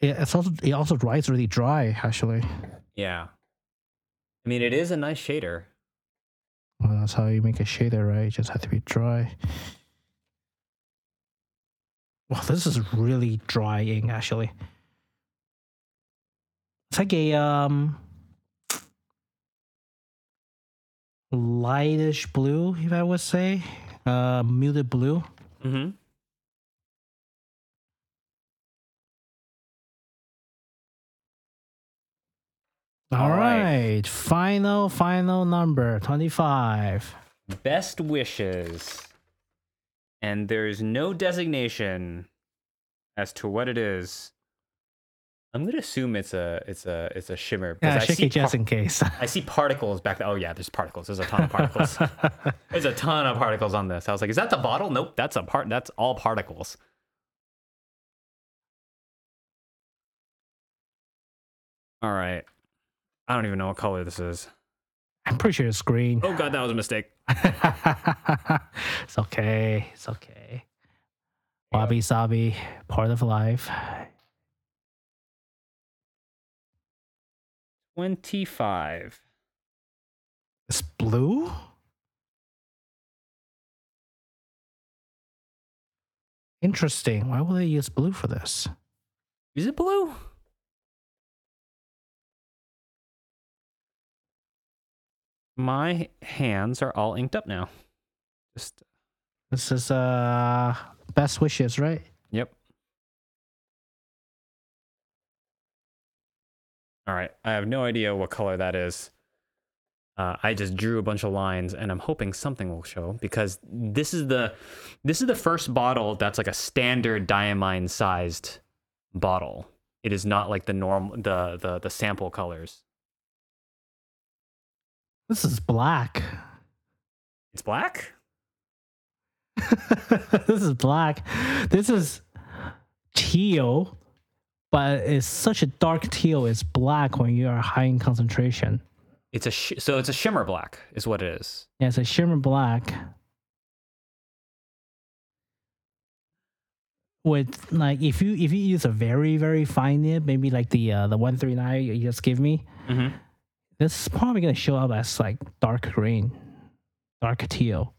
S2: It, it's also it also dries really dry actually.
S1: Yeah. I mean, it is a nice shader.
S2: Well, that's how you make a shader, right? It just had to be dry. Wow, this is really dry ink actually. It's like a um lightish blue, if I would say. Uh muted blue.
S1: Mm-hmm. All
S2: All
S1: right.
S2: right. Final, final number 25.
S1: best wishes and there's no designation as to what it is i'm gonna assume it's a it's a it's a shimmer
S2: Yeah,
S1: because I,
S2: shake
S1: see
S2: it just
S1: par-
S2: in case.
S1: I see particles back there oh yeah there's particles there's a ton of
S2: (laughs)
S1: particles there's a ton of particles on this i was like is that the bottle nope that's a part that's all particles all right i don't even know what color this is
S2: I'm pretty sure it's green.
S1: oh god that was a mistake
S2: (laughs) it's okay. It's okay. Wabi sabi, part of life.
S1: 25
S2: It's blue? Interesting. Why would they use blue for this?
S1: Is it blue? My hands are all inked up now. Just
S2: This is uh best wishes, right?
S1: yep. All right, I have no idea what color that is. Uh, I just drew a bunch of lines, and I'm hoping something will show because this is the this is the first bottle that's like a standard diamine sized bottle. It is not like the norm the the the sample colors.
S2: This is black. (laughs)
S1: It's black?
S2: this is black. This is teal, but it's such a dark teal. It's black when you are high in concentration.
S1: It's a sh- so it's a shimmer black is what it is.
S2: Yeah, it's a shimmer black with like if you if you use a very very fine nib, maybe like the uh, the one three nine you just give me,
S1: Mm-hmm.
S2: this is probably gonna show up as like dark green, dark teal.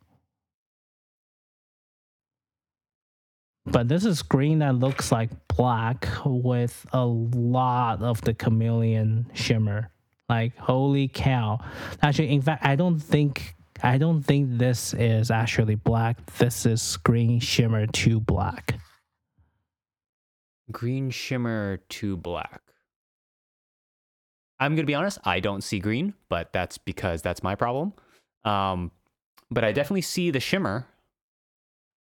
S2: But this is green that looks like black with a lot of the chameleon shimmer. Like holy cow! Actually, in fact, I don't think I don't think this is actually black. This is green shimmer to black.
S1: Green shimmer to black. I'm gonna be honest. I don't see green, but that's because that's my problem. Um, but I definitely see the shimmer.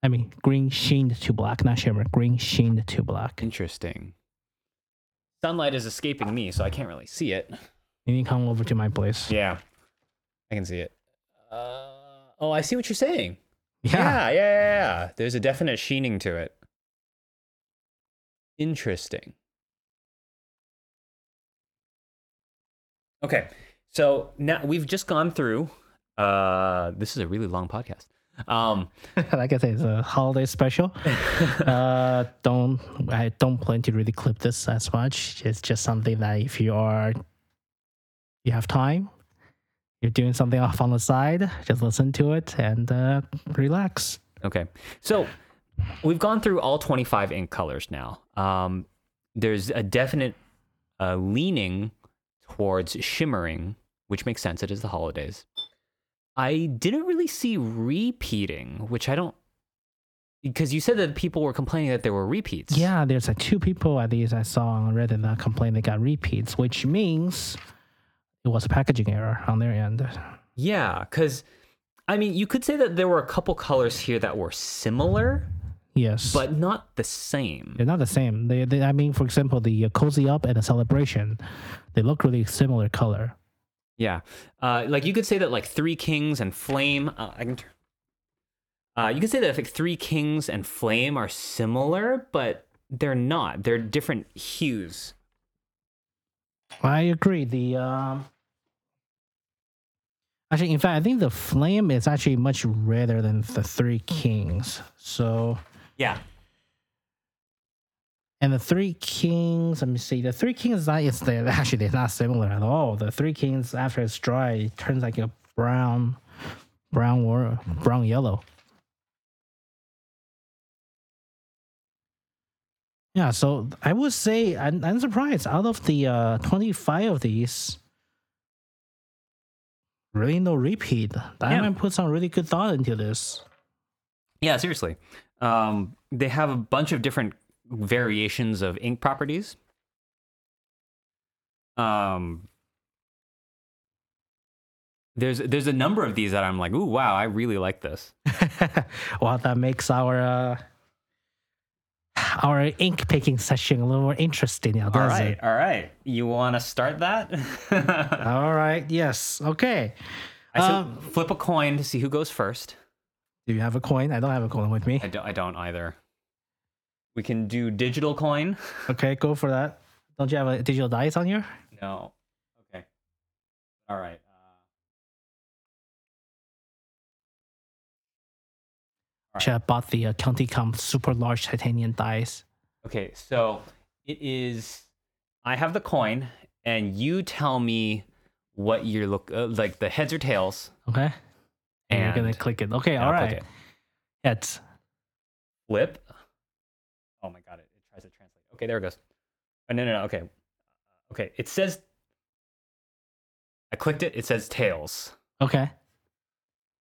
S2: I mean, green sheened to black, not shimmer. Green sheened to black.
S1: Interesting. Sunlight is escaping me, so I can't really see it.
S2: You need to come over to my place.
S1: Yeah, I can see it. Uh, oh, I see what you're saying. Yeah, yeah, yeah, yeah. There's a definite sheening to it. Interesting. Okay, so now we've just gone through. Uh, this is a really long podcast. Um,
S2: (laughs) like I said, it's a holiday (laughs) special. uh, don't I don't plan to really clip this as much. It's just something that if you are, you have time, you're doing something off on the side, just listen to it and uh, relax.
S1: Okay. So we've gone through all 25 ink colors now. Um, there's a definite uh, leaning towards shimmering, which makes sense. It is the holidays. I didn't really see repeating, which I don't. Because you said that people were complaining that there were repeats.
S2: Yeah, there's like two people at least I saw on Reddit that complained they got repeats, which means it was a packaging error on their end.
S1: Yeah. Because, I mean, you could say that there were a couple colors here that were similar,
S2: Yes,
S1: but not the same.
S2: they're not the same. They, they I mean, for example, the uh, cozy up and the celebration, they look really similar color.
S1: Yeah. Uh, like you could say that like Three Kings and Flame. Uh, I can. Turn, uh, you could say that like Three Kings and Flame are similar, but they're not. They're different hues.
S2: I agree. The um, actually, in fact, I think the flame is actually much redder than the three kings. So,
S1: Yeah.
S2: and the three kings, let me see, the three kings is not it's the, actually they're not similar at all. The three kings after it's dry it turns like a brown, brown or brown yellow. Yeah, so I would say I'm, I'm surprised. Out of the uh, 25 of these, really no repeat. I
S1: Yeah.
S2: might put some really good thought into this.
S1: Yeah. Seriously. Um, they have a bunch of different variations of ink properties. Um. There's there's a number of these that I'm like, ooh, wow, I really like this.
S2: (laughs) well, that makes our uh, our ink picking session a little more interesting now, does it?
S1: all right. You want to start that? (laughs)
S2: All right. Yes. Okay.
S1: I said
S2: Um,
S1: flip a coin to see who goes first.
S2: Do you have a coin? I don't have a coin with me.
S1: I don't, I don't either. We can do digital coin.
S2: Okay, go for that. Don't you have a digital dice on you?
S1: No. Okay. All right. Uh, Right.
S2: Should have bought the uh, County Com super large titanium dice.
S1: Uh, okay. So it is. I have the coin, and you tell me what you're look uh, like the heads or tails.
S2: Okay. And, you're gonna
S1: And-
S2: click it. Okay.
S1: and
S2: all
S1: I'll click
S2: right.
S1: it.
S2: Heads.
S1: Flip. Oh my god! It, it tries to translate. Okay, there it goes. Oh, no, no, no. Okay. Okay. It says. I clicked it. It says tails.
S2: Okay.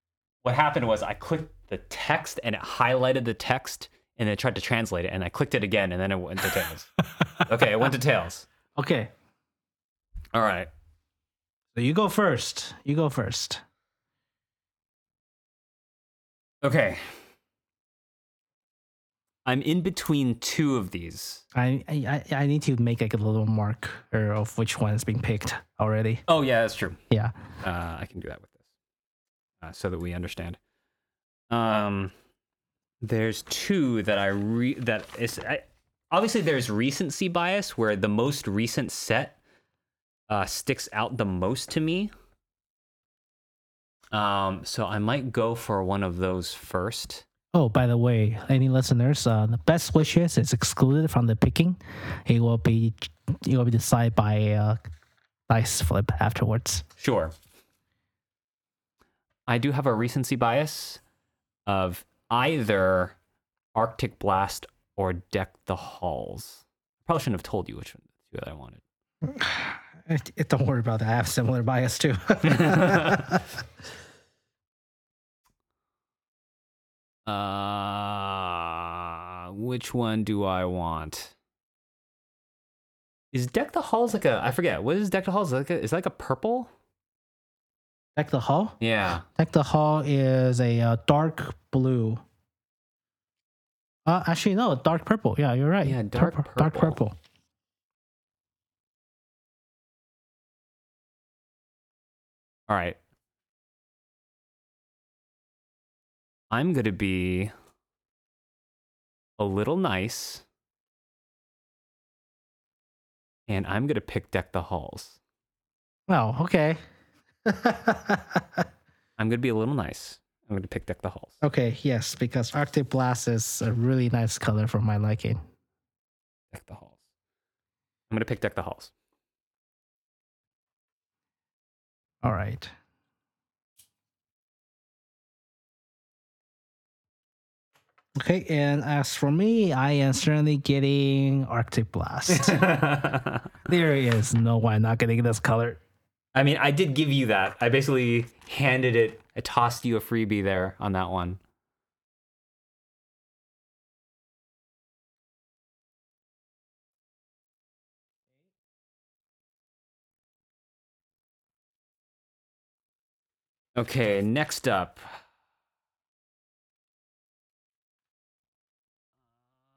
S1: (laughs) what happened was I clicked the text and it highlighted the text and it tried to translate it and I clicked it again and then it went to tails. okay, it went to tails.
S2: Okay.
S1: (laughs) All right.
S2: So you go first. You go first.
S1: Okay. I'm in between two of these.
S2: I I I I need to make like a little mark or of which one is being picked already.
S1: Oh yeah, that's true.
S2: Yeah.
S1: Uh, I can do that with this, uh, so that we understand. Um, there's two that I re that is I, obviously there's recency bias where the most recent set uh, sticks out the most to me. Um, so I might go for one of those first.
S2: Oh, by the way, any listeners, uh, the best wishes is excluded from the picking. It will be it will be decided by uh, dice flip afterwards.
S1: Sure. I do have a recency bias of either Arctic Blast or Deck the Halls. I probably shouldn't have told you which one the two that I wanted.
S2: (laughs) don't worry about that. I have similar bias (laughs) too.
S1: Uh, which one do I want? Is Deck the Halls like a I forget what is Deck the Halls like? A, is it like a purple?
S2: Deck the hall.
S1: Yeah.
S2: Deck the hall is a uh, dark blue. Uh, actually, no, dark purple. Yeah, you're right.
S1: Yeah, dark
S2: Dark
S1: purple.
S2: purple.
S1: All right. I'm going to be a little nice. And I'm going to pick Deck the Halls.
S2: Oh, okay.
S1: I'm going to be a little nice. I'm going to pick Deck the Halls.
S2: (laughs) Okay, yes, because Arctic Blast is a really nice color for my liking.
S1: Deck the Halls. I'm going to pick Deck the Halls. (laughs)
S2: All right. Okay, and as for me, I am certainly getting
S1: (laughs)
S2: Arctic Blast.
S1: I
S2: there is no way I'm not getting this color.
S1: mean, I did give you that. I basically handed it, I tossed you a freebie there on that one. Okay, next up.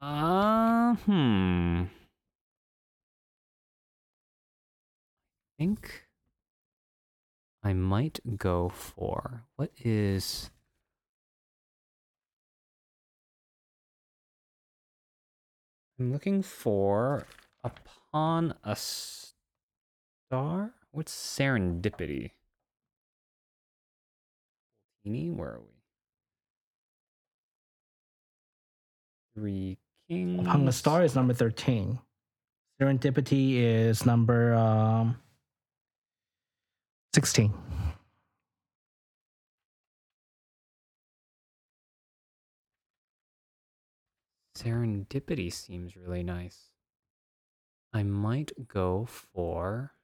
S1: Uh, hmm. I think I might go for what is. I'm looking for upon a star. What's serendipity? Teeny, where are we? Three kings.
S2: Upon the Star is number 13. Serendipity is number um, 16.
S1: Serendipity seems really nice. I might go for.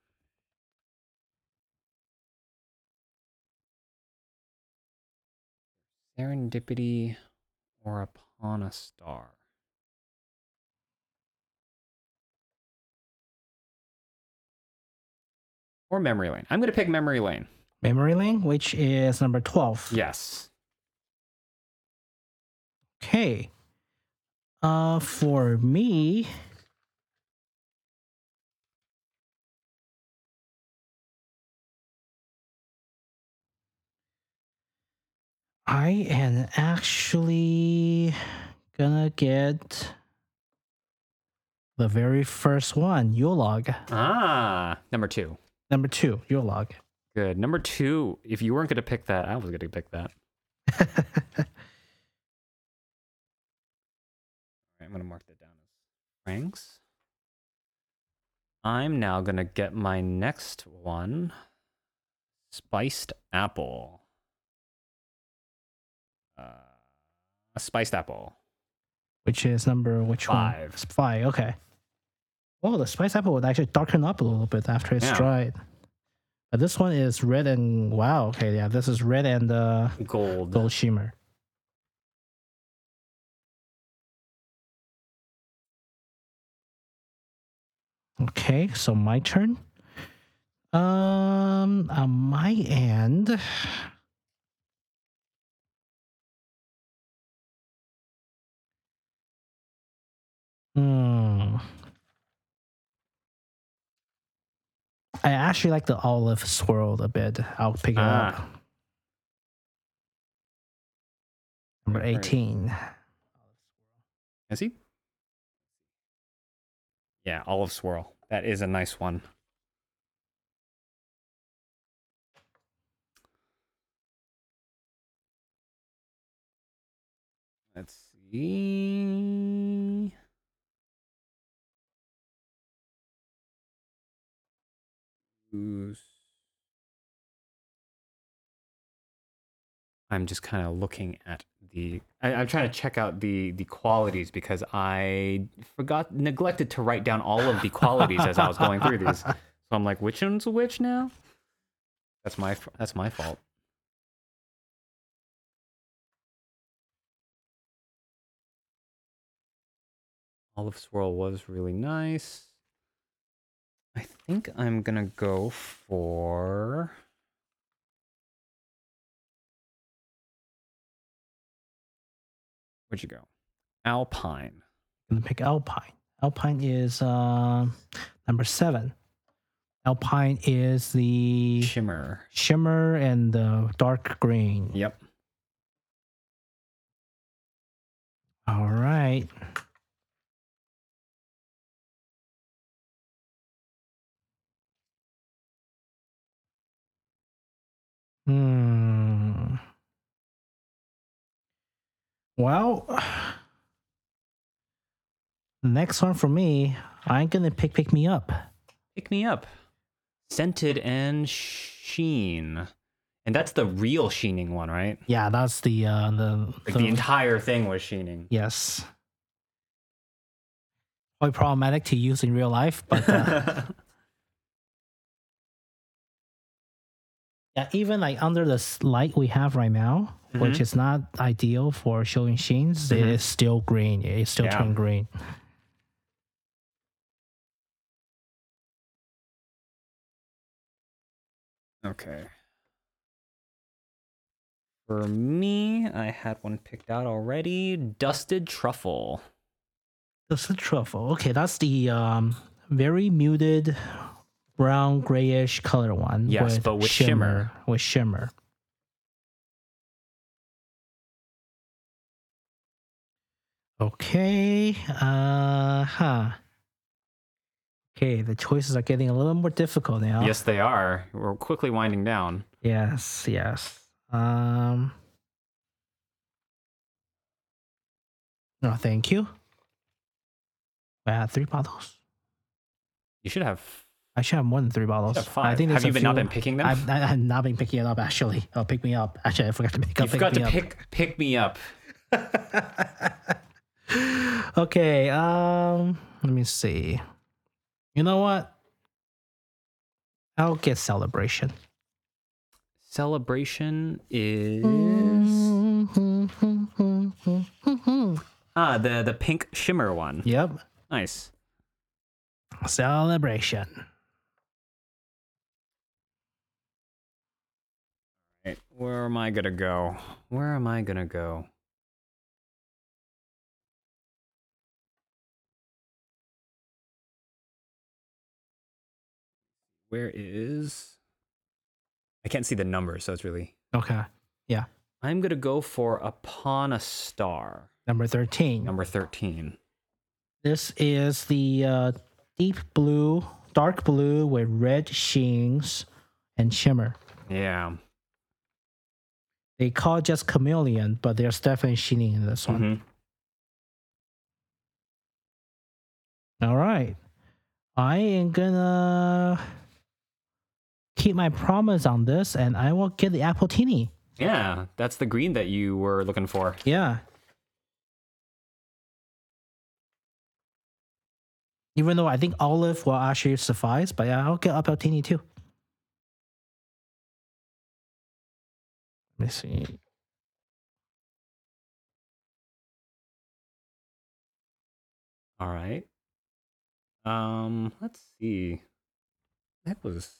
S1: Serendipity or upon a star. Or memory lane. I'm going to pick memory lane.
S2: Memory Lane, which is number 12.
S1: Yes.
S2: Okay. Uh, for me, I am actually gonna get the very first one, Yulog.
S1: Ah, number two.
S2: Number two, (laughs) Yulog.
S1: Good. Number two, if you weren't going to pick that, I was going to pick that. Alright, I'm going to mark that down as ranks. I'm now going to get my next one Spiced Apple. Uh, a spiced apple.
S2: which is number which
S1: Five.
S2: one? It's Five. Okay. Well, the spice apple would actually darken up a little bit after it's
S1: Yeah.
S2: dried. But this one is red and wow. Okay, yeah, this is red and uh,
S1: Gold.
S2: gold shimmer. Okay, so my turn. Um, on my end, hmm. I actually like the olive swirled a bit. I'll pick it up.
S1: Ah.
S2: Number
S1: Right, right.
S2: 18.
S1: Is he? Yeah, Olive Swirl. That is a nice one. Let's see. Who's- I'm just kind of looking at the. I, I'm trying to check out the the qualities because I forgot neglected to write down all of the qualities as I was going
S2: (laughs)
S1: through these. So I'm like, which one's which now? That's my f- that's my fault. Olive swirl was really nice. I think I'm gonna go for. Where'd you go? Alpine.
S2: gonna pick Alpine. Alpine is uh, number seven. Alpine is the
S1: Shimmer.
S2: shimmer and the dark green.
S1: Yep.
S2: All right. Hmm. Well, next one for me, I'm gonna pick pick me up.
S1: Pick me up. Scented and sheen. And that's the real sheening one, right?
S2: Yeah, that's the uh the,
S1: Like the entire thing was sheening.
S2: yes. Quite problematic to use in real life,
S1: (laughs)
S2: but uh, yeah, even like under the s- light we have right now, which
S1: Mhm.
S2: is not ideal for showing sheens, it
S1: Mhm.
S2: is still green. It still
S1: Yeah.
S2: turned green.
S1: okay. For me, I had one picked out already. Dusted truffle.
S2: That's a truffle. Okay, that's the um very muted brown grayish color one.
S1: Yes, but with shimmer.
S2: With shimmer. Okay. Uh huh. Okay, the choices are getting a little more difficult now.
S1: Yes, they are. We're quickly winding down.
S2: Yes, yes. Um No, thank you. I had three bottles.
S1: You should have,
S2: I should have more than three
S1: you
S2: bottles.
S1: should have five.
S2: I think
S1: have
S2: there's
S1: you
S2: a
S1: been
S2: few,
S1: not been picking them?
S2: I've, I have not been picking it up actually. Oh, pick me up. Actually, I forgot to pick up.
S1: You've got
S2: me
S1: to
S2: up.
S1: pick pick me up.
S2: (gasps) okay. Um. Let me see. You know what? I'll get celebration.
S1: Celebration is
S2: Mm. (laughs) yep.
S1: ah the the pink shimmer one. Nice.
S2: Celebration.
S1: Right, where am I gonna go? Where am I gonna go? Where is? I can't see the number, so it's really.
S2: Okay.
S1: I'm gonna go for upon a star,
S2: Number thirteen.
S1: number thirteen.
S2: This is the uh, deep blue, dark blue with red sheens and shimmer.
S1: Yeah.
S2: They call it just chameleon, but there's definitely sheening in this one.
S1: Mhm.
S2: All right. I am gonna keep my promise on this and I will get the apple teeny.
S1: Yeah, that's the green that you were looking for.
S2: Yeah. Even though I think olive will actually suffice, but yeah, I'll get apple teeny too. Let me see.
S1: All right. Um, let's see. That was.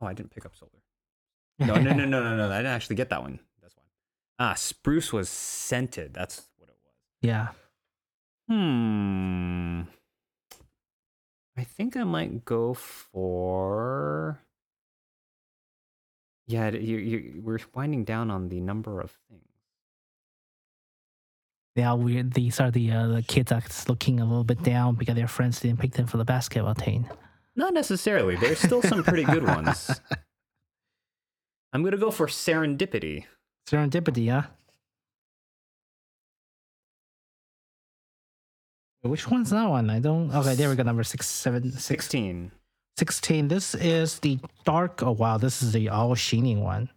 S1: Oh, I didn't pick up solar. No, no,
S2: (laughs)
S1: no, no, no, no. I didn't actually get that one. That's one. Ah, spruce was scented. That's what it was.
S2: yeah.
S1: Hmm. I think I might go for. Yeah, you, you, we're winding down on the number of things.
S2: Yeah, we these are the uh, the kids that's looking a little bit down because their friends didn't pick them for the basketball team.
S1: Not necessarily. There's still some pretty good
S2: (laughs)
S1: ones. I'm going to go for serendipity.
S2: Serendipity, huh? Which one's that one? I don't. Okay, there we go. Number six, seven, six,
S1: 16.
S2: 16. This is the dark. Oh wow, this is the all sheening one.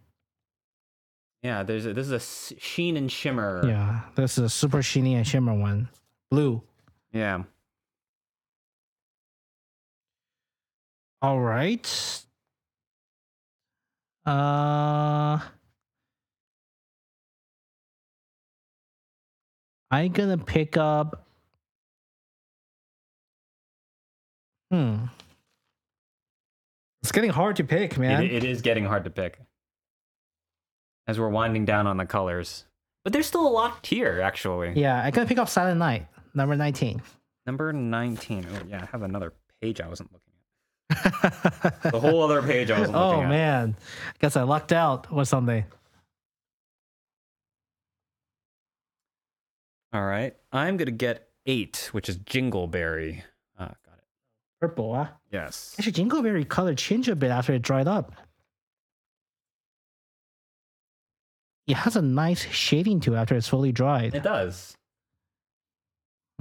S1: Yeah, there's a, this is a s- sheen and shimmer.
S2: Yeah, this is a super sheeny and shimmer one. Blue.
S1: Yeah.
S2: All right. Uh, I'm gonna pick up. Hmm. It's getting hard to pick,
S1: It,
S2: man.
S1: it is getting hard to pick as we're winding down on the colors. But there's still a lot here, actually.
S2: yeah, I'm gonna pick up Silent Night, number (laughs) 19.
S1: Number 19. Oh, yeah, I have another page I wasn't looking at. The whole other page I wasn't looking
S2: (laughs) oh
S1: at.
S2: man, guess I lucked out or something.
S1: All right. I'm going to get eight, which is Jingleberry. Ah, got it.
S2: Purple, huh?
S1: Yes.
S2: Actually, Jingleberry color changed a bit after it dried up. It has a nice shading to it after it's fully dried.
S1: It does.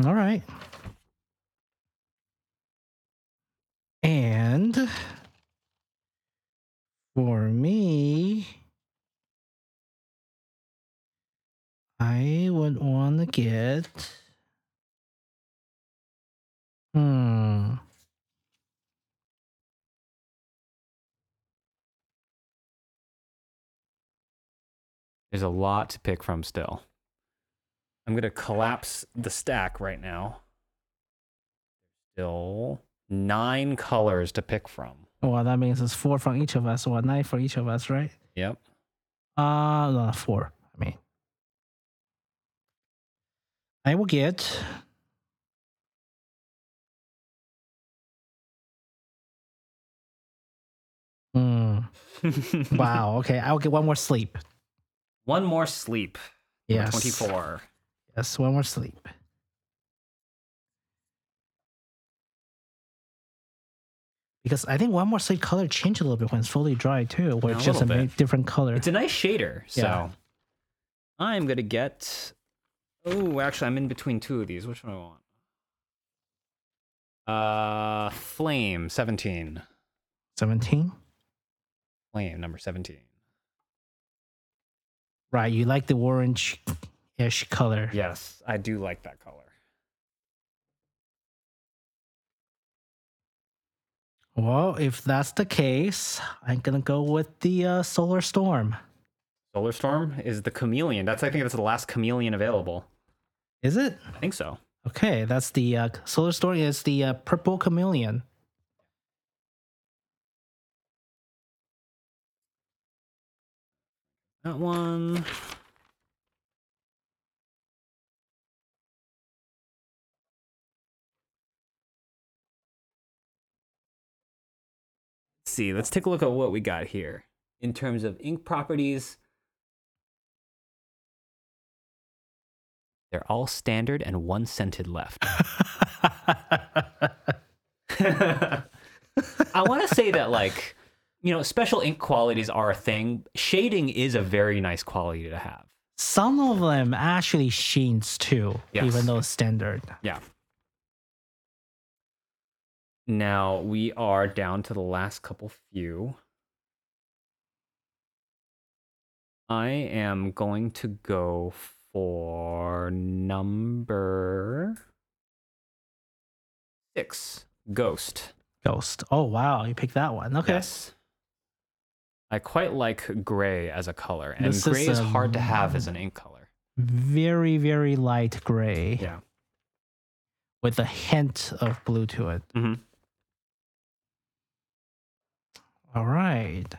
S2: All right. And for me, I would want to get. Hmm.
S1: There's a lot to pick from still. I'm gonna collapse the stack right now. Still nine colors to pick from.
S2: Well, that means it's four from each of us, or nine for each of us, right? (laughs)
S1: Yep.
S2: Uh, no, four. I mean, I will get. Hmm.
S1: (laughs)
S2: Wow. Okay. I'll get one more sleep.
S1: One more sleep. Number
S2: Yes.
S1: 24.
S2: Yes. One more sleep. Because I think one more sleep color changed a little bit when it's fully dry too, where
S1: Yeah,
S2: it's
S1: a
S2: just a
S1: little
S2: ma-
S1: bit.
S2: different color.
S1: It's a nice shader. So
S2: Yeah.
S1: I'm gonna get. Oh, actually, I'm in between two of these. Which one do I want? Uh, flame 17.
S2: Seventeen.
S1: Flame number 17.
S2: Right. You like the orange ish color.
S1: Yes, I do like that color.
S2: Well, if that's the case, I'm gonna go with the uh, solar storm.
S1: Solar Storm is the chameleon. That's I think that's the last chameleon available.
S2: Is it?
S1: I think so.
S2: Okay, that's the uh, solar storm. Is the uh, purple
S1: (laughs)
S2: chameleon?
S1: That one. see, let's take a look at what we got here in terms of ink properties. They're all standard and one scented left. (laughs) I want to say that, like, you know, special ink qualities are a thing. Shading is a very nice quality to have.
S2: Some of them actually sheens too,
S1: Yes.
S2: even though it's standard.
S1: Yeah. Now we are down to the last couple few. I am going to go for number six, Ghost.
S2: Ghost. Oh wow, you picked that one. Okay.
S1: Yes. I quite like gray as a color, and
S2: This is,
S1: gray is, hard to
S2: um,
S1: have as an ink color.
S2: Very very light gray
S1: Yeah.
S2: with a hint of blue to it.
S1: Mhm.
S2: All right.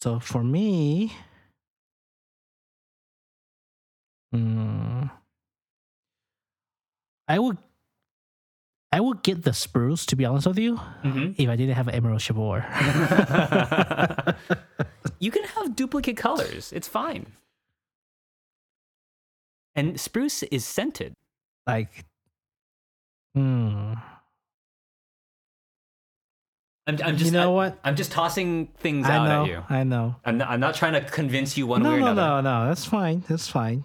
S2: So for me, hmm, I would, I would get the spruce. To be honest with you,
S1: Mm-hmm.
S2: if I didn't have
S1: (laughs)
S2: Emerald Shabor.
S1: you can have duplicate colors. It's fine. And spruce is scented.
S2: (laughs) like, hmm.
S1: I'm, I'm just,
S2: you know
S1: I,
S2: what?
S1: am just tossing things
S2: I
S1: out
S2: know.
S1: at you.
S2: I know.
S1: I'm not, I'm not trying to convince you one
S2: no,
S1: way or
S2: no,
S1: another.
S2: no, no. That's fine. That's fine.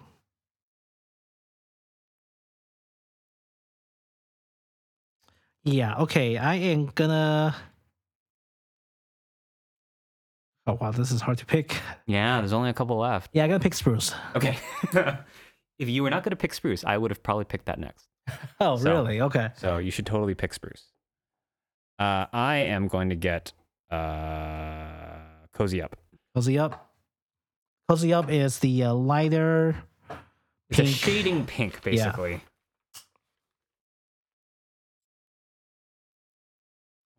S2: Yeah. Okay. I am gonna. Oh wow, this is hard to pick.
S1: Yeah, there's only a couple left.
S2: Yeah, I gotta pick spruce. (laughs)
S1: Okay. (laughs) if you were not going to pick spruce, I would have probably picked that next.
S2: Oh
S1: So-
S2: really? Okay.
S1: So you should totally pick spruce. Uh, I am going to get uh, cozy up.
S2: Cozy up. Cozy up is the uh, lighter.
S1: It's a
S2: Pink.
S1: shading pink, basically.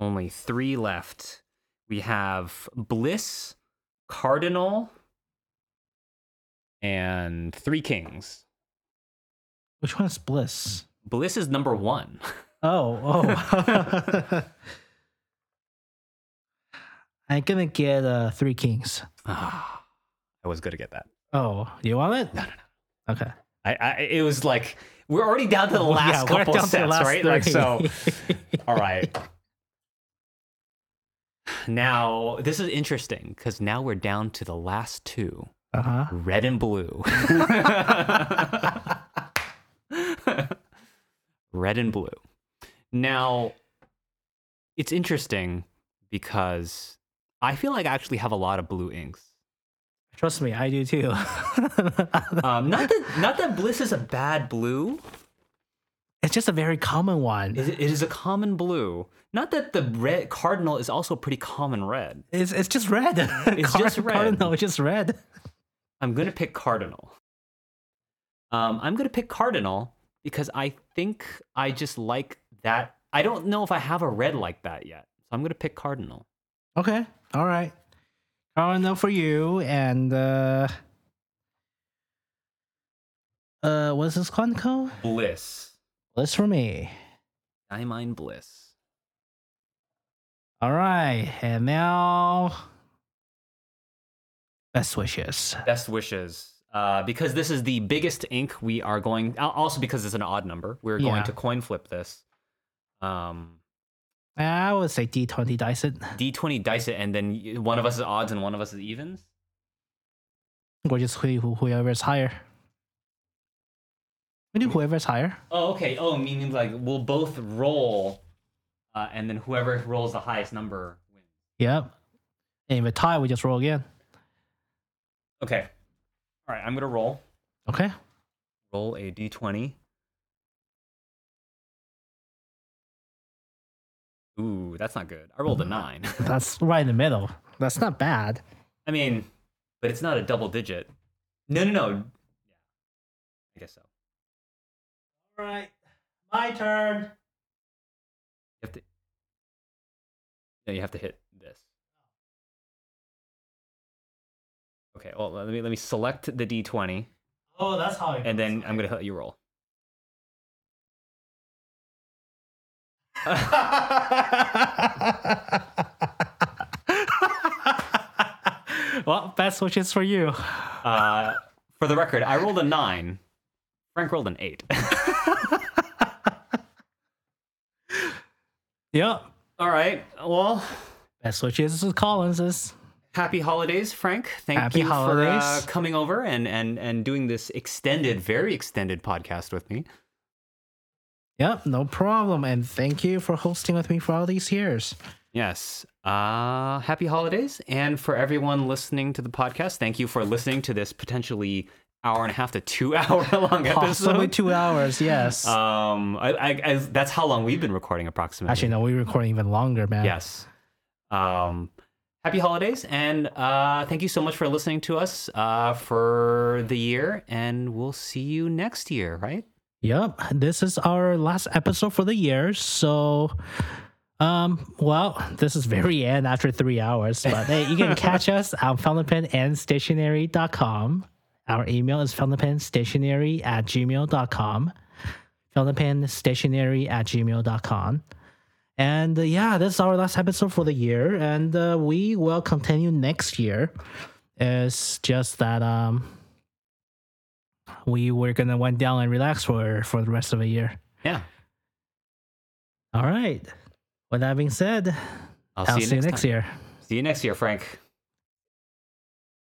S1: Only three left. We have Bliss, Cardinal, and Three Kings.
S2: Which one is bliss?
S1: Bliss is number one.
S2: (laughs) Oh,
S1: (laughs)
S2: oh. I'm gonna get uh, three kings.
S1: Ah, I was going to get that.
S2: Oh, you want it? No, no, no. Okay.
S1: I, I it was like we're already down to the
S2: Well, yeah,
S1: last
S2: we're
S1: couple
S2: down to the (laughs)
S1: sets,
S2: last
S1: right? Like
S2: three.
S1: so. all right. Now, this is interesting because now we're down to the last two
S2: Uh huh.
S1: red and blue. (laughs) red and blue. Now, it's interesting because I feel like I actually have a lot of blue inks.
S2: Trust me, I do too. (laughs)
S1: Um, not that not that bliss is a bad blue.
S2: it's just a very common one.
S1: It, it is a common blue. Not that the red cardinal is also pretty common red.
S2: It's it's just red. (laughs)
S1: It's just red.
S2: Cardinal, it's just red.
S1: I'm gonna pick Cardinal. Um, I'm gonna pick Cardinal because I think I just like that. I don't know if I have a red like that yet, so I'm gonna pick Cardinal.
S2: Okay. All right. Cardinal for you and uh uh what's this one called?
S1: Bliss,
S2: This for me.
S1: Diamine Bliss.
S2: All right. And now best wishes.
S1: Best wishes. Uh, because this is the biggest ink we are going. al- Also, because it's an odd number, we're going
S2: Yeah.
S1: to coin flip this. Um,
S2: I would say D twenty Dyson.
S1: D20 dice it, and then y- one of us is odds and one of us is evens.
S2: Or just who- who- whoever is higher. We do whoever is higher.
S1: Oh, okay. Oh, meaning like we'll both roll, uh, and then whoever rolls the highest number wins.
S2: Yep. And if it tie, we just roll again.
S1: Okay. All right. I'm gonna roll.
S2: Okay.
S1: Roll a d20. Ooh, that's not good. I rolled a nine. (laughs)
S2: That's right in the middle. That's not bad.
S1: I mean, but it's not a double digit. No, no, no. Yeah, I guess so.
S2: All right. My turn.
S1: You have to. No, you have to hit this. Okay. Well, let me let me select the d20.
S2: Oh, that's how.
S1: and then I'm gonna let you roll.
S2: (laughs) well, best wishes for you.
S1: Uh, for the record, I rolled a nine. Frank rolled an eight. (laughs)
S2: Yep.
S1: All right. Well,
S2: Best wishes to Collins's.
S1: happy holidays, Frank. Thank
S2: Happy
S1: you for
S2: holidays.
S1: uh, coming over and and and doing this extended, very extended podcast with me.
S2: Yep, no problem. And thank you for hosting with me for all these years.
S1: Yes. Uh, happy holidays, and for everyone listening to the podcast, thank you for listening to this potentially hour and a half to two (laughs) hour long
S2: Possibly
S1: episode.
S2: two hours, yes.
S1: Um, I, I, I, that's how long we've been recording approximately.
S2: Actually, no, we record even longer, man.
S1: Yes. Um, happy holidays, and uh, thank you so much for listening to us uh, for the year. And we'll see you next year, right?
S2: Yep, this is our last episode for the year. So, um, well, this is very end after three hours, but hey, you can catch us on fountainpenandstationery.com. Our email is fountainpenstationery at gmail.com. Fountainpenstationery at gmail.com. And uh, yeah, this is our last episode for the year, and uh, we will continue next year. It's just that, um, we were gonna wind down and relax for for the rest of the year.
S1: Yeah.
S2: All right. With that being said,
S1: I'll,
S2: I'll see you next
S1: time.
S2: year.
S1: See you next year, Frank.